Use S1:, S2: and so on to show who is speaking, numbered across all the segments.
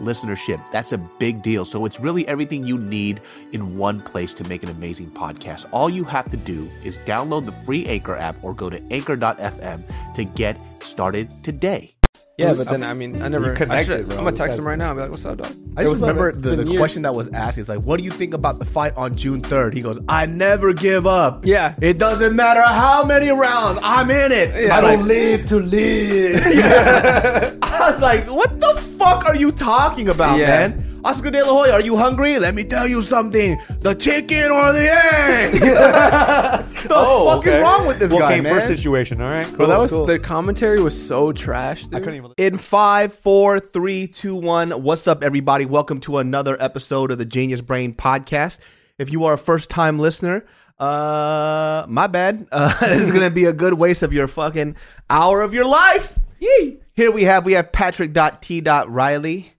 S1: listenership. That's a big deal. So it's really everything you need in one place to make an amazing podcast. All you have to do is download the free Anchor app or go to anchor.fm to get started today.
S2: Yeah, but then I mean, I never. I should, I'm gonna text him right now. and be like, "What's up, dog?"
S3: I just
S4: remember
S3: remember the, the,
S2: the news-
S3: question that was asked. It's like, what do you think about the fight on June 3rd? He goes, I never give up.
S2: Yeah.
S3: It doesn't matter how many rounds, I'm in it.
S2: Yeah.
S3: I don't live to live. I was like, what the fuck are you talking about,
S2: Yeah.
S3: man? Oscar De La Hoya, are you hungry? Let me tell you something. The chicken or the egg? the fuck is wrong with this
S4: well,
S3: guy,
S4: came
S3: man?
S4: first situation. All right,
S2: But
S4: cool,
S2: Oh, that was
S4: cool.
S2: the commentary was so trash. Dude.
S4: I couldn't even.
S3: In five, four, three, two, one. What's up, everybody? Welcome to another episode of the Genius Brain Podcast. If you are a first-time listener, uh, my bad. Uh, this is gonna be a good waste of your fucking hour of your life. Yee. Here we have we have Patrick.T.Riley,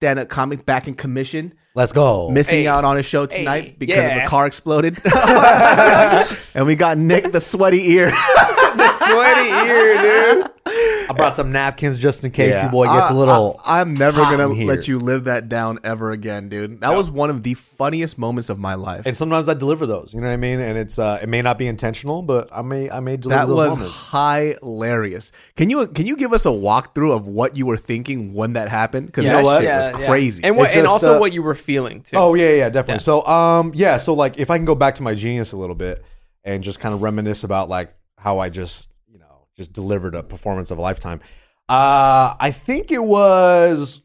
S3: stand-up comic, back in commission,
S4: Let's go.
S3: missing
S2: Hey.
S3: out on his show tonight
S2: Hey.
S3: because of
S2: Yeah.
S3: the car exploded. and we got Nick the sweaty ear.
S2: The sweaty ear, dude.
S4: I brought some napkins just in case
S3: Yeah.
S4: you boy gets
S3: I-
S4: a little.
S3: I, am never
S4: hot
S3: gonna
S4: in here.
S3: let you live that down ever again, dude. That was one of the funniest moments of my life.
S4: and sometimes I deliver those. You know what I mean? And it's uh, it may not be intentional, but I may I may deliver
S3: that was
S4: those moments.
S3: hilarious. Can you can you give us a walkthrough of what you were thinking when that happened? Because
S2: Yeah,
S3: that
S2: what?
S3: shit
S2: Yeah,
S3: was
S2: yeah.
S3: crazy.
S2: And what?
S4: It
S2: and
S4: just,
S2: also
S4: uh,
S2: what you were feeling too.
S4: Oh yeah, yeah, definitely. So um, yeah, so like if I can go back to my genius a little bit and just kind of reminisce about like how I just you know just delivered a performance of a lifetime. Uh, I think it was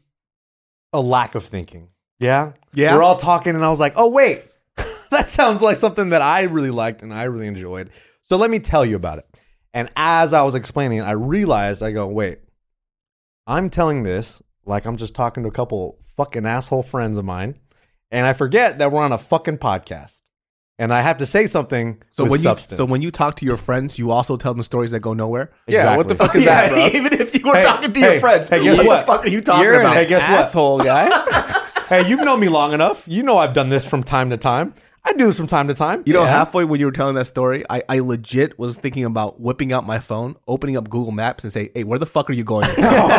S4: a lack of thinking. Yeah,
S3: Yeah.
S4: We're all talking, and I was like, oh wait, that sounds like something that I really liked and I really enjoyed. So let me tell you about it. And as I was explaining, I realized I go, wait, I'm telling this like I'm just talking to a couple fucking asshole friends of mine, and I forget that we're on a fucking podcast, and I have to say something.
S3: so
S4: with
S3: when
S4: substance.
S3: you so when you talk to your friends, you also tell them stories that go nowhere.
S2: yeah. What the fuck is that, bro?
S3: even if you were
S4: Hey,
S3: talking to your
S4: hey,
S3: friends,
S4: hey, guess
S3: what,
S4: what?
S3: the fuck are you talking
S2: You're
S3: about?
S2: an
S4: Hey, guess what?
S2: asshole, guy.
S4: hey, you've known me long enough. You know I've done this from time to time. I do this from time to time.
S3: You know,
S4: Yeah.
S3: halfway when you were telling that story, I, I legit was thinking about whipping out my phone, opening up Google Maps, and say, "Hey, where the fuck are you going?"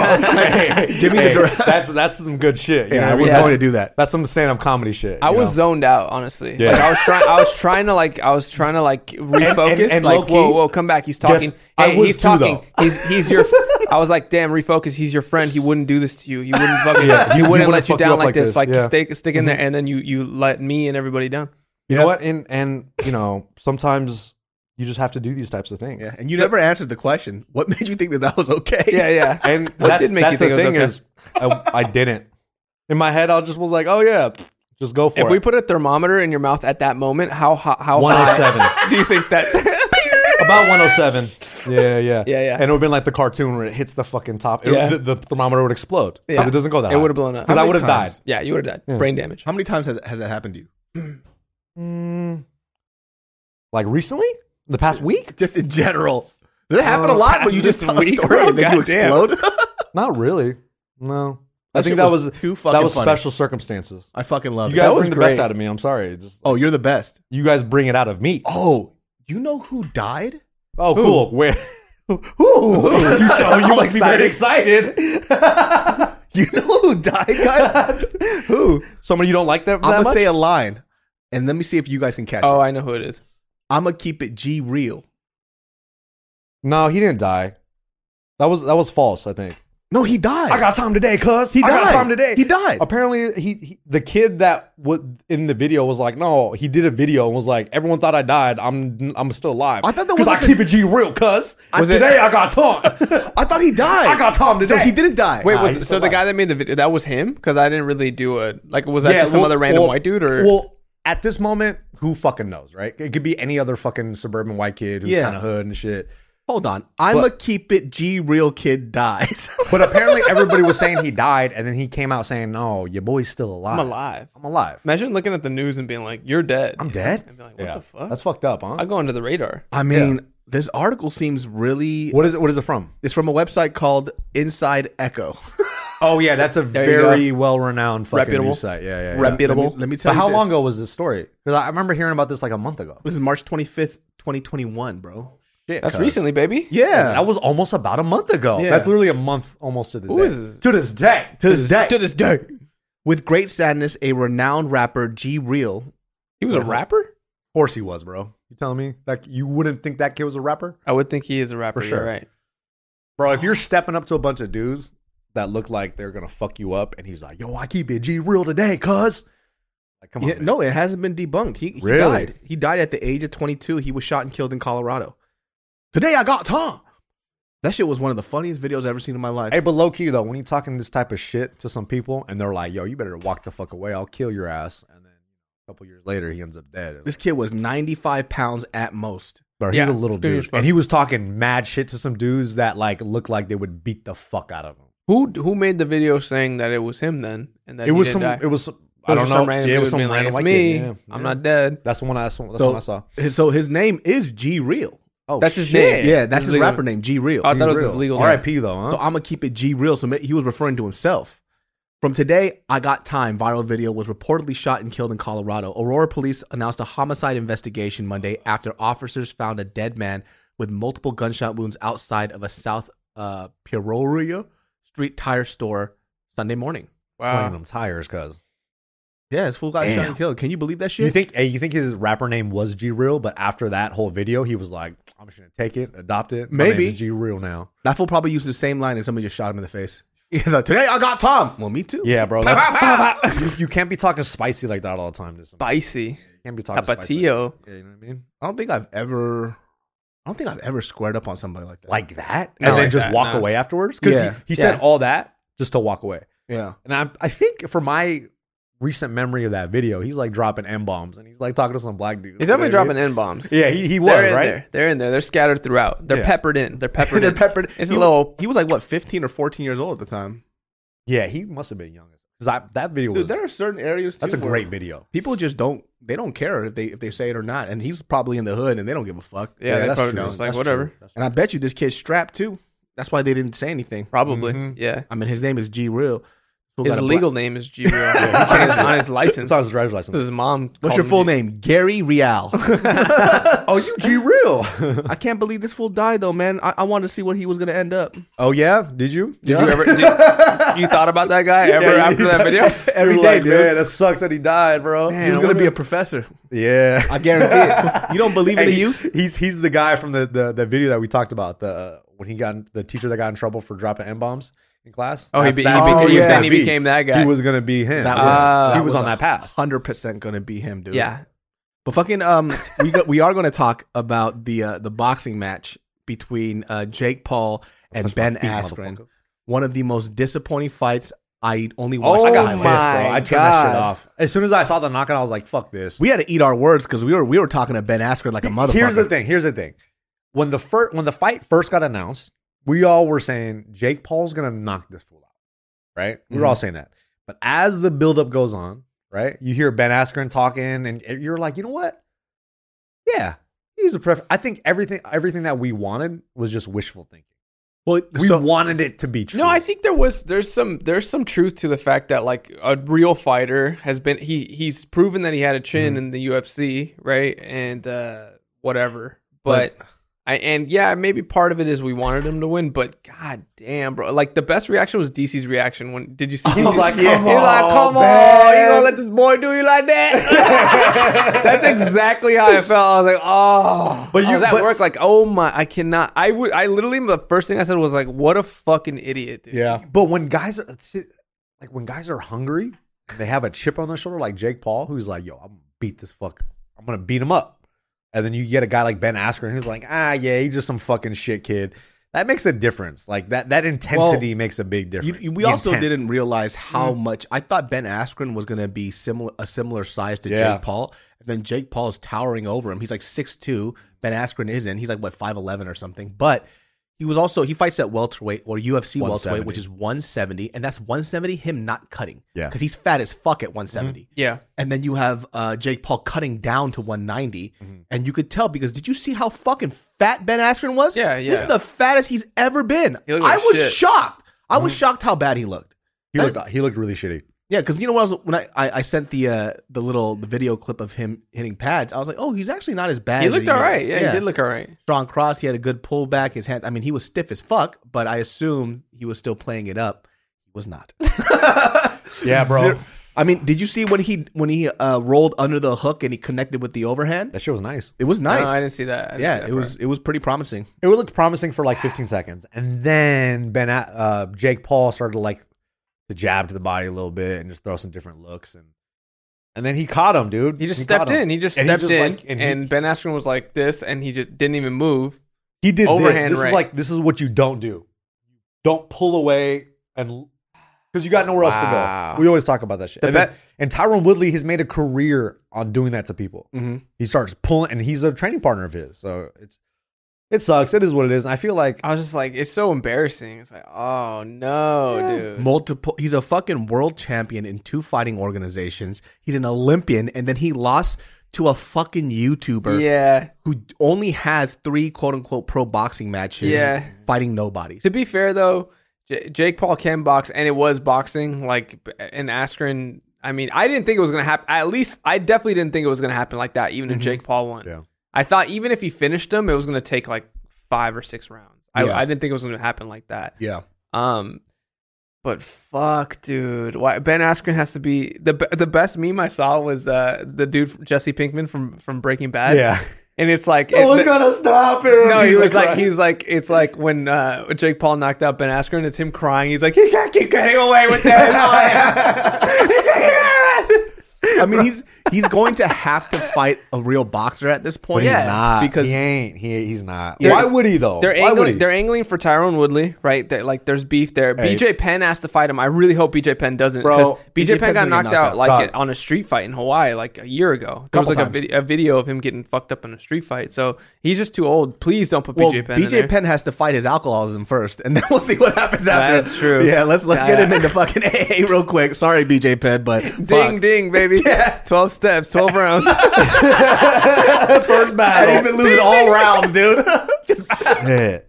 S4: Hey,
S3: Give me the
S4: hey,
S3: direct-
S4: That's that's some good shit. you
S3: Yeah,
S4: know
S3: I
S4: what
S3: was
S4: mean?
S3: going to uh, do that.
S4: That's some stand-up comedy shit.
S2: I
S4: you
S2: was
S4: know?
S2: zoned out, honestly.
S4: Yeah.
S2: Like I was trying. I was trying to like. I was trying to like refocus.
S4: and- and
S2: like,
S4: low-key,
S2: whoa, whoa, come back. He's talking.
S4: just- I
S2: Hey,
S4: was
S2: he's
S4: too,
S2: talking.
S4: though.
S2: He's he's your. I was like, damn, refocus. He's your friend. He wouldn't do this to you. He wouldn't fucking.
S4: Yeah, he-
S2: He
S4: he
S2: wouldn't
S4: wouldn't
S2: let you
S4: fuck you
S2: down
S4: up
S2: like,
S4: like
S2: this.
S4: this,
S2: Like,
S4: yeah. Mm-hmm.
S2: stick stick in there, and then you you let me and everybody down.
S4: You
S3: Yeah.
S4: know what? And and you know, sometimes you just have to do these types of things.
S3: Yeah, and you never answered the question. What made you think that that was okay?
S2: Yeah, yeah.
S4: And
S2: What
S4: that's,
S2: did make you
S4: that's the
S2: think it was
S4: thing
S2: okay?
S4: is, I, I didn't. In my head, I just was like, oh yeah, just go for
S2: If
S4: it.
S2: we put a thermometer in your mouth at that moment, how hot, how high
S4: 107.
S2: do you think that?
S4: About 107. Yeah, yeah.
S2: Yeah, yeah.
S4: And it would have been like the cartoon where it hits the fucking top. It,
S2: Yeah.
S4: the, the thermometer would explode. Because
S2: Yeah.
S4: it doesn't go that
S2: It
S4: high.
S2: would've blown up.
S4: Because
S3: How
S4: I
S3: many
S4: would have died.
S3: times?
S2: yeah, you would have died. Brain damage.
S3: How many times has, has that happened to you?
S4: Mm, like recently? The past week?
S3: Just in general. Does it happen a
S2: Oh,
S3: lot when you
S2: this
S3: just tell
S2: week,
S3: a story
S2: bro,
S3: and then you
S2: goddamn.
S3: explode?
S4: Not really. No. I
S3: That
S4: think
S3: shit
S4: that
S3: was
S4: was,
S3: too fucking
S4: that was
S3: funny.
S4: special circumstances.
S3: I fucking love
S4: You
S3: it.
S4: guys
S2: was
S4: bring the best
S2: great.
S4: out of me. I'm sorry. Just
S3: oh, you're the best.
S4: you guys bring it out of me.
S3: Oh, you know who died?
S4: Oh, cool. Where?
S3: Who? you so you must be very excited.
S4: excited.
S3: You know who died, guys?
S4: Who? Someone you don't like that, that
S3: I'm gonna
S4: much?
S3: say a line, and let me see if you guys can catch
S2: Oh,
S3: it.
S2: I know who it is.
S3: I'm gonna keep it G real.
S4: no, he didn't die. That was that was false. I think.
S3: No, he died.
S4: time today, cuz.
S3: He
S4: I
S3: died.
S4: got time today.
S3: He died.
S4: Apparently, he, he the kid that was in the video was like, no, he did a video and was like, everyone thought I died. I'm I'm still alive.
S3: I thought that
S4: 'Cause
S3: was
S4: I
S3: like the-
S4: keep it G real, cuz.
S3: Was it-
S4: Today I got time.
S3: I thought he died.
S4: I got time
S3: So
S4: today.
S3: he didn't die. Uh,
S2: Wait,
S4: Nah,
S2: was
S4: he's
S2: so
S4: still
S2: the
S4: alive.
S2: guy that made the video that was him? Because I didn't really do a like. Was that just some
S4: well-
S2: other random
S4: well-
S2: white dude or?
S4: Well, at this moment, who fucking knows, right? It could be any other fucking suburban white kid who's
S3: Yeah.
S4: kind of hood and shit.
S3: Hold on. I'm
S4: But-
S3: a keep it G real kid dies.
S4: But apparently, everybody was saying he died, and then he came out saying, "No, your boy's still alive.
S2: I'm alive.
S4: I'm alive.
S2: Imagine looking at the news and being like, "You're dead."
S4: I'm dead."
S2: And be like, "What the fuck?"
S4: That's fucked up, huh?
S2: I go under the radar.
S3: I mean, this article seems really
S4: What is it? What is it from?
S3: it's from a website called Inside Echo.
S4: Oh yeah, that's a
S2: you go.
S4: very well-renowned fucking
S2: Reputable.
S4: news site. Yeah, yeah. yeah.
S2: Reputable.
S3: Let me, let me tell
S4: But
S3: you
S4: how
S3: this.
S4: long ago was this story? Because I remember hearing about this like a month ago.
S3: This is March 25th, 2021, bro.
S4: Shit,
S2: That's
S4: cuz.
S2: recently, baby.
S3: Yeah.
S4: That was almost about a month ago.
S3: Yeah.
S4: That's literally a month almost to the
S2: Who
S4: day.
S2: is-
S4: to this day.
S3: to this day.
S2: To this day,
S3: With great sadness, a renowned rapper, G Real.
S2: he was
S4: Uh-huh.
S2: a rapper.
S4: Of course he was, bro. You telling me like you wouldn't think that kid was a rapper?
S2: I would think he is a rapper.
S4: For sure.
S2: You're right.
S4: Bro, if you're stepping up to a bunch of dudes that look like they're gonna fuck you up, and he's like, "Yo, I keep it G real today, cuz." Like, come on,
S3: Yeah,
S4: man.
S3: no, it hasn't been debunked. He, he
S4: Really?
S3: died. He died at the age of 22. He was shot and killed in Colorado. Today I got Tom. That shit was one of the funniest videos I've ever seen in my life.
S4: Hey, but low key though, when you talking this type of shit to some people, and they're like, "Yo, you better walk the fuck away. I'll kill your ass," and then a couple years later, he ends up dead.
S3: This kid was 95 pounds at most.
S4: Bro, he's
S2: Yeah,
S4: a little
S2: dude
S4: dude,
S2: was fucked.
S4: and he was talking mad shit to some dudes that like looked like they would beat the fuck out of him.
S2: Who who made the video saying that it was him then? And that
S4: it
S2: he
S4: was
S2: didn't
S4: some.
S2: die?
S4: It was. Some,
S2: It
S4: I
S2: was
S4: don't
S2: just
S4: know.
S2: Some random
S4: yeah, it was
S2: dude
S4: some
S2: being like,
S4: random
S2: "It's
S4: white
S2: me.
S4: kid. Yeah,
S2: I'm
S4: yeah.
S2: not dead.
S4: That's the one. I, that's the one, that's the
S3: So-
S4: one I saw.
S3: His- So his name is G Real.
S4: Oh,
S2: That's his
S4: shit.
S2: name.
S3: Yeah, that's
S2: His
S3: his
S2: legal-
S3: rapper name, G Real.
S2: Oh, I thought it was his legal name.
S4: R.I.P. Though, huh?
S3: So I'm gonna keep it G real. So ma- he was referring to himself. From today, I got time. Viral video was reportedly shot and killed in Colorado. Aurora police announced a homicide investigation Monday after officers found a dead man with multiple gunshot wounds outside of a South uh, Peoria street tire store Sunday morning.
S4: Slinging them tires, cuz.
S3: Yeah, this fool got shot
S4: Damn.
S3: and killed. Can you believe that shit?
S4: You think hey, you think his rapper name was G Real, but after that whole video, he was like, "I'm just gonna take it, adopt it.
S3: Maybe.
S4: G Real now."
S3: that fool probably used the same line and somebody just shot him in the face. He's like, "Today I got Tom." Well, me too.
S4: Yeah, bro. that's- you, you can't be talking spicy like that all the time. To somebody.
S2: Spicy.
S4: You can't be talking spicy. Like,
S2: Tapatio.
S4: yeah, you know what I mean?
S3: I don't think I've ever, I don't think I've ever squared up on somebody like that.
S4: Like that,
S2: Not
S4: and then
S2: like
S4: just
S2: that,
S4: walk
S2: no.
S4: away afterwards. Because
S3: Yeah.
S4: he, he
S3: Yeah.
S4: said all that just to walk away.
S3: yeah.
S4: And I, I think for my recent memory of that video, he's like dropping m bombs, and he's like talking to some black dude.
S2: He's definitely dropping n bombs.
S4: Yeah, he, he was
S2: They're in
S4: right.
S2: there. They're in there. They're scattered throughout. They're
S4: Yeah.
S2: peppered in. They're peppered.
S3: They're
S2: in.
S3: peppered.
S2: It's
S3: he,
S2: a little.
S3: He was like what, fifteen or fourteen years old at the time.
S4: Yeah, he must have been young. Because that video was
S3: Dude, there are certain areas. Too
S4: that's a
S3: where
S4: great video.
S3: People just don't. They don't care if they if they say it or not. And he's probably in the hood, and they don't give a fuck.
S2: Yeah, they
S4: that's
S2: probably
S4: true.
S2: just like
S4: That's
S2: whatever.
S4: true. That's
S3: And I bet you this kid's strapped too. That's why they didn't say anything.
S2: Probably.
S4: Mhm.
S2: Yeah.
S3: I mean, his name is G Real. Who
S2: His
S3: got a
S2: legal name is G. Real. on, his, on his
S4: true.
S2: license.
S4: It's on his driver's
S2: So
S4: license.
S2: his mom.
S3: Black, what's
S2: called
S3: your
S2: him
S3: full
S2: G-
S3: name? Gary Real.
S4: oh, you G real.
S3: I can't believe this fool died though, man. I, I wanted to see what he was gonna end up.
S4: oh yeah, did you?
S2: Did you ever? Did, you thought about that guy ever after that video?
S4: Every
S3: Every
S4: day,
S3: day, dude.
S4: man. That sucks that he died, bro.
S3: he was gonna be a professor.
S4: yeah.
S3: I guarantee it. You don't believe in
S4: And
S3: the
S4: he-
S3: youth?
S4: He's he's the guy from the the, the video that we talked about. The uh, when he got in- the teacher that got in trouble for dropping m bombs in class.
S2: Oh, he
S4: That's-
S2: be- he
S4: that's
S3: became-
S4: who
S3: you were saying
S4: gonna
S2: he
S4: be.
S2: became that guy.
S4: He was gonna be him.
S3: That was-
S4: That was,
S2: Ah.
S4: he
S3: that
S4: was,
S3: was
S4: on
S3: a-
S4: that path.
S3: Hundred percent gonna be him, dude.
S2: Yeah.
S3: But fucking um, we go, we are going to talk about the uh, the boxing match between uh, Jake Paul and
S4: Touch my
S3: Ben
S4: feet,
S3: Askren.
S4: motherfucker.
S3: One of the most disappointing fights I only watched.
S2: Oh
S3: the
S4: I got pissed,
S3: highlights.
S4: bro.
S2: my
S4: I turned that shit
S2: God.
S4: off as soon as I saw the knockout. I was like, "Fuck this."
S3: We had to eat our words because we were we were talking to Ben Askren like a motherfucker.
S4: Here's the thing. Here's the thing. When the first when the fight first got announced, we all were saying Jake Paul's gonna knock this fool out, right? We
S2: Mm-hmm.
S4: were all saying that. But as the buildup goes on, right, you hear Ben Askren talking, and you're like, you know what? Yeah, he's a pref. I think everything everything that we wanted was just wishful thinking.
S3: Well,
S4: We
S3: so-
S4: wanted it to be true.
S2: No, I think there was there's some there's some truth to the fact that like a real fighter has been he he's proven that he had a chin in the UFC, right? And uh whatever. But, I and yeah, maybe part of it is we wanted him to win, but god damn, bro. Like the best reaction was DC's reaction when did you see
S4: He was
S2: DC's
S4: like,
S2: Yeah.
S4: "Come
S2: He was like,
S4: on,
S2: come on, you
S4: man."
S2: gonna let this boy do you like that? That's exactly how I felt. I was like, oh.
S4: But
S2: But
S4: you-
S2: you I was at
S4: but-
S2: work like, oh my, I cannot. I would. I literally the first thing I said was like, what a fucking idiot, dude.
S4: Yeah, but when guys are see, like when guys are hungry, and they have a chip on their shoulder, like Jake Paul, who's like, "Yo, I'm gonna beat this fuck. I'm gonna beat him up." And then you get a guy like Ben Askren, who's like, "Ah, yeah, he's just some fucking shit kid." That makes a difference. Like that that intensity makes a big
S3: You,
S4: difference.
S3: you- we
S4: The
S3: also
S4: intent. Mm.
S3: didn't realize how much I thought Ben Askren was going to be similar a similar size to
S4: Yeah.
S3: Jake Paul, and then Jake Paul is towering over him. He's like six two. Ben Askren isn't. He's like what five eleven or something. But he was also he fights at welterweight or UFC welterweight, which
S4: 170.
S3: is one seventy, and that's one seventy him not cutting.
S4: Yeah.
S3: because he's fat as fuck at one
S2: Yeah.
S3: and then you have uh, Jake Paul cutting down to 190,
S2: Mm-hmm.
S4: Mhm.
S3: and you could tell because did you see how fucking fat Ben Askren was?
S2: Yeah,
S3: This
S2: yeah.
S3: is the fattest he's ever been.
S2: He looked
S3: I
S2: like
S3: was
S2: shit. Mm-hmm.
S3: shocked. I was shocked how bad he looked.
S4: He looked he looked really shitty.
S3: Yeah, because you know what? I was, when I, I I sent the uh, the little the video clip of him hitting pads, I was like, oh, he's actually not as bad.
S2: He
S3: as
S2: looked all right. Yeah, he did look all right.
S3: strong cross. He had a good pullback. His hand. I mean, he was stiff as fuck, but I assume he was still playing it up. He was not.
S4: Yeah, bro.
S3: Zero- I mean, did you see when he when he uh, rolled under the hook and he connected with the overhand?
S4: That shit was nice.
S3: It was nice.
S2: No, I didn't see that. I didn't see
S3: yeah,
S2: that
S3: it was it was pretty promising.
S4: It looked promising for like 15 seconds, and then Ben, A- uh, Jake Paul started to like to jab to the body a little bit and just throw some different looks, and and then he caught him, dude.
S2: He just
S4: caught
S2: stepped
S4: him.
S2: in. He just
S4: And
S2: stepped
S4: just,
S2: in,
S4: like-
S2: and,
S4: he-
S2: Ben Askren was like this, and he just didn't even move.
S4: He did
S2: Overhand
S4: This, this
S2: right.
S4: is like this is what you don't do. Don't pull away and because you got nowhere else
S2: Wow.
S4: to go. We always talk about that shit.
S2: The
S4: and, then-
S2: bet-
S4: and Tyron Woodley has made a career on doing that to people.
S3: Mhm.
S4: He starts pulling, and he's a training partner of his. So it's it sucks. It is what it is. And I feel like
S2: I was just like, it's so embarrassing. It's like, oh no, dude.
S3: Multiple. He's a fucking world champion in two fighting organizations. He's an Olympian, and then he lost to a fucking YouTuber
S2: yeah.
S3: who only has three quote unquote pro boxing matches.
S2: Yeah.
S3: fighting nobody.
S2: To be fair though, J- Jake Paul can box, and it was boxing. Like, and Askren. I mean, I didn't think it was gonna happen. At least I definitely didn't think it was gonna happen like that. Even if Jake Paul won,
S4: Mm-hmm. Yeah.
S2: I thought even if he finished him, it was gonna take like five or six rounds.
S3: Yeah.
S2: I, I didn't think it was gonna happen like that.
S3: Yeah,
S2: Um, but fuck, dude, why Ben Askren has to be the be- the best meme I saw was uh the dude Jesse Pinkman from from Breaking Bad.
S4: yeah,
S2: and it's like it-
S4: no one's
S2: the-
S4: gonna stop him.
S2: no, he
S4: He's
S2: was like
S4: crying.
S2: he's like it's like when uh Jake Paul knocked out Ben Askren, it's him crying. He's like he can't keep getting away with that.
S3: I mean he's he's going to have to fight a real boxer at this point.
S4: He's
S2: Yeah.
S4: not
S3: because
S4: because he ain't. He he's not.
S2: Yeah.
S4: Why would he though?
S2: they're
S4: Why would he?
S2: angling, they're angling for Tyrone Woodley, right? They're, like there's beef there.
S4: Hey.
S2: BJ Penn has to fight him. I really hope BJ Penn doesn't
S4: Bro,
S2: because BJ,
S3: BJ Penn's
S2: Penn got
S3: gonna get
S2: knocked,
S3: knocked
S2: out,
S3: out.
S2: like
S4: God.
S2: at- on a street fight in Hawaii like a year ago. There
S3: Couple
S2: was like a,
S3: times.
S2: vid- a video of him getting fucked up in a street fight. So he's just too old. Please don't put
S3: Well, BJ,
S2: BJ Penn. in there.
S3: Penn has to fight his alcoholism first, and then we'll see what happens after.
S2: That's true.
S3: Yeah, let's let's get
S2: Yeah.
S3: him into fucking AA real quick. Sorry, BJ Penn, but
S2: Ding
S3: fuck.
S2: ding baby. Twelve steps, twelve rounds.
S4: first
S3: And he's
S4: battle.
S3: been losing all rounds, dude.
S4: Yeah.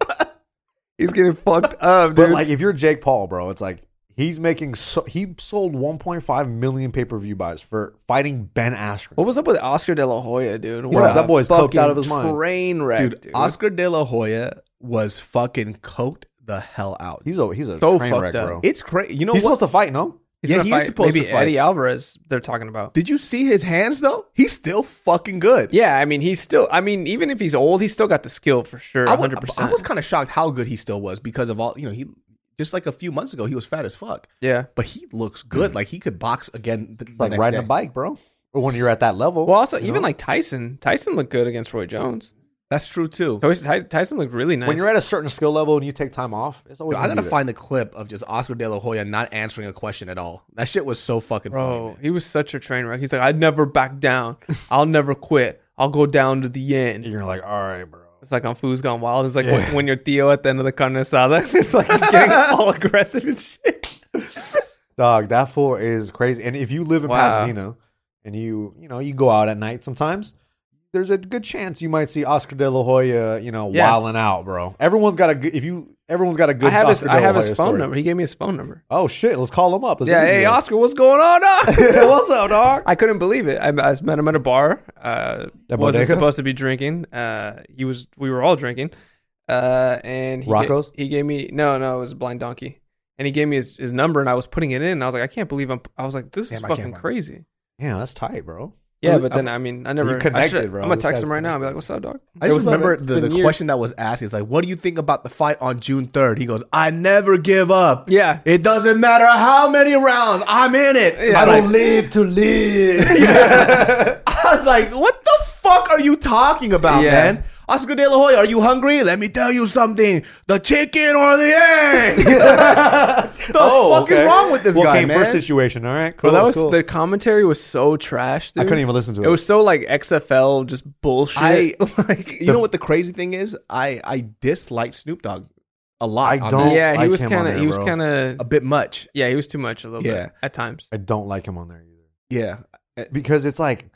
S2: He's getting fucked up, dude.
S4: But like, if you're Jake Paul, bro, it's like he's making. So, he sold 1.5 million pay per view buys for fighting Ben Askren.
S2: What was up with Oscar De La Hoya, dude?
S4: Yeah, that boy's
S2: fucking
S4: coked out of his mind.
S2: Train wreck, dude.
S3: dude, Oscar De La Hoya was fucking coked the hell out.
S4: He's a he's a
S2: So
S4: train
S2: fucked
S4: wreck,
S2: up.
S4: bro.
S3: It's crazy. You know
S4: he's
S3: what?
S4: supposed to fight, no?
S2: He's
S3: yeah,
S2: gonna
S3: he is
S2: fight
S3: supposed
S2: maybe
S3: to fight.
S2: Eddie Alvarez. They're talking about.
S3: Did you see his hands though? He's still fucking good.
S2: Yeah, I mean, he's still. I mean, even if he's old, he's still got the skill for sure.
S3: I was,
S2: 100.
S3: I
S2: percent
S3: was kind of shocked how good he still was because of all you know. He just like a few months ago he was fat as fuck,
S2: Yeah.
S3: but he looks good. Like he could box again. The, the
S4: It's Mm. like
S3: next
S4: riding
S3: day.
S4: a bike, bro. When you're at that level.
S2: Well, also
S4: you
S2: even
S4: know?
S2: like Tyson. Tyson looked good against Roy Jones.
S3: That's true too.
S2: Tyson- Tyson looked really nice.
S4: when you're at a certain skill level and you take time off, it's always.
S3: Dude, I
S4: gonna
S3: gotta
S4: be there.
S3: find the clip of just Oscar De La Hoya not answering a question at all. That shit was so fucking funny.
S2: bro, he was such a train wreck. He's like, I never back down. I'll never quit. I'll go down to the end.
S4: You're like, all right, bro.
S2: It's like on Food's Gone Wild. It's like when, when you're Theo at the end of the carne asada. It's like he's getting all aggressive and shit.
S4: Dog, that fool is crazy. And if you live in
S2: Wow.
S4: Pasadena and you, you know, you go out at night sometimes, there's a good chance you might see Oscar De La Hoya, you know,
S2: Yeah.
S4: wilding out, bro. Everyone's got a good. If you, everyone's got a good.
S2: I have his,
S4: Oscar
S2: I
S4: De La
S2: have his
S4: Hoya
S2: phone
S4: story.
S2: number. He gave me his phone number.
S4: Oh shit, let's call him up. Let's
S2: Yeah,
S4: interview
S2: hey
S4: him.
S2: Oscar, what's going on? dog?
S4: What's up, dog?
S2: I couldn't believe it. I, I was- met him at a bar. Uh,
S4: At
S2: wasn't
S4: Bodega?
S2: supposed to be drinking. Uh, he was. We were all drinking. Uh, and he ga-
S4: Rocco's?
S2: he gave me no, no, it was Blind Donkey, and he gave me his, his number, and I was putting it in, and I was like, I can't believe I'm. I was like, this is
S3: Damn, I can't
S2: fucking
S3: find it.
S2: crazy.
S4: Yeah, that's tight, bro.
S2: Yeah,
S4: Really?
S2: but then I mean, I never I
S4: connected,
S2: should-
S4: bro.
S2: I'm gonna
S4: This
S2: text
S4: guy's
S2: him right now. I'll be
S4: connected.
S2: like, what's up, dog?
S3: I
S4: Hey,
S3: just
S4: what's up,
S3: remember
S4: man?
S2: It's
S3: the, the
S2: been years.
S3: question that was asked is like, what do you think about the fight on June 3rd? He goes, I never give up.
S2: Yeah.
S3: It doesn't matter how many rounds, I'm in it.
S2: Yeah.
S3: I,
S2: It's
S3: don't
S2: like-
S4: live to live.
S3: I was like, what the fuck are you talking about,
S2: Yeah.
S3: man? Oscar De La Hoya, are you hungry? Let me tell you something: the chicken or the egg. the fuck is wrong with this
S4: Oh, well,
S3: guy,
S4: came
S3: man?
S4: first situation. All right, cool.
S2: But that was
S4: oh, cool.
S2: the commentary was so trash.
S4: I
S2: dude.
S4: couldn't even listen to it.
S2: It was so like XFL, just bullshit.
S3: I like. You know what the crazy thing is? I I dislike Snoop Dogg a lot.
S4: I
S3: on
S4: don't-
S3: that.
S2: yeah, he
S4: I
S2: was
S4: came on
S2: kind
S4: there,
S2: of he was
S4: bro.
S2: kind of
S3: a bit much.
S2: yeah, he was too much a little
S3: Yeah.
S2: bit at times.
S4: I don't like him on there either
S3: Yeah,
S4: because it's like.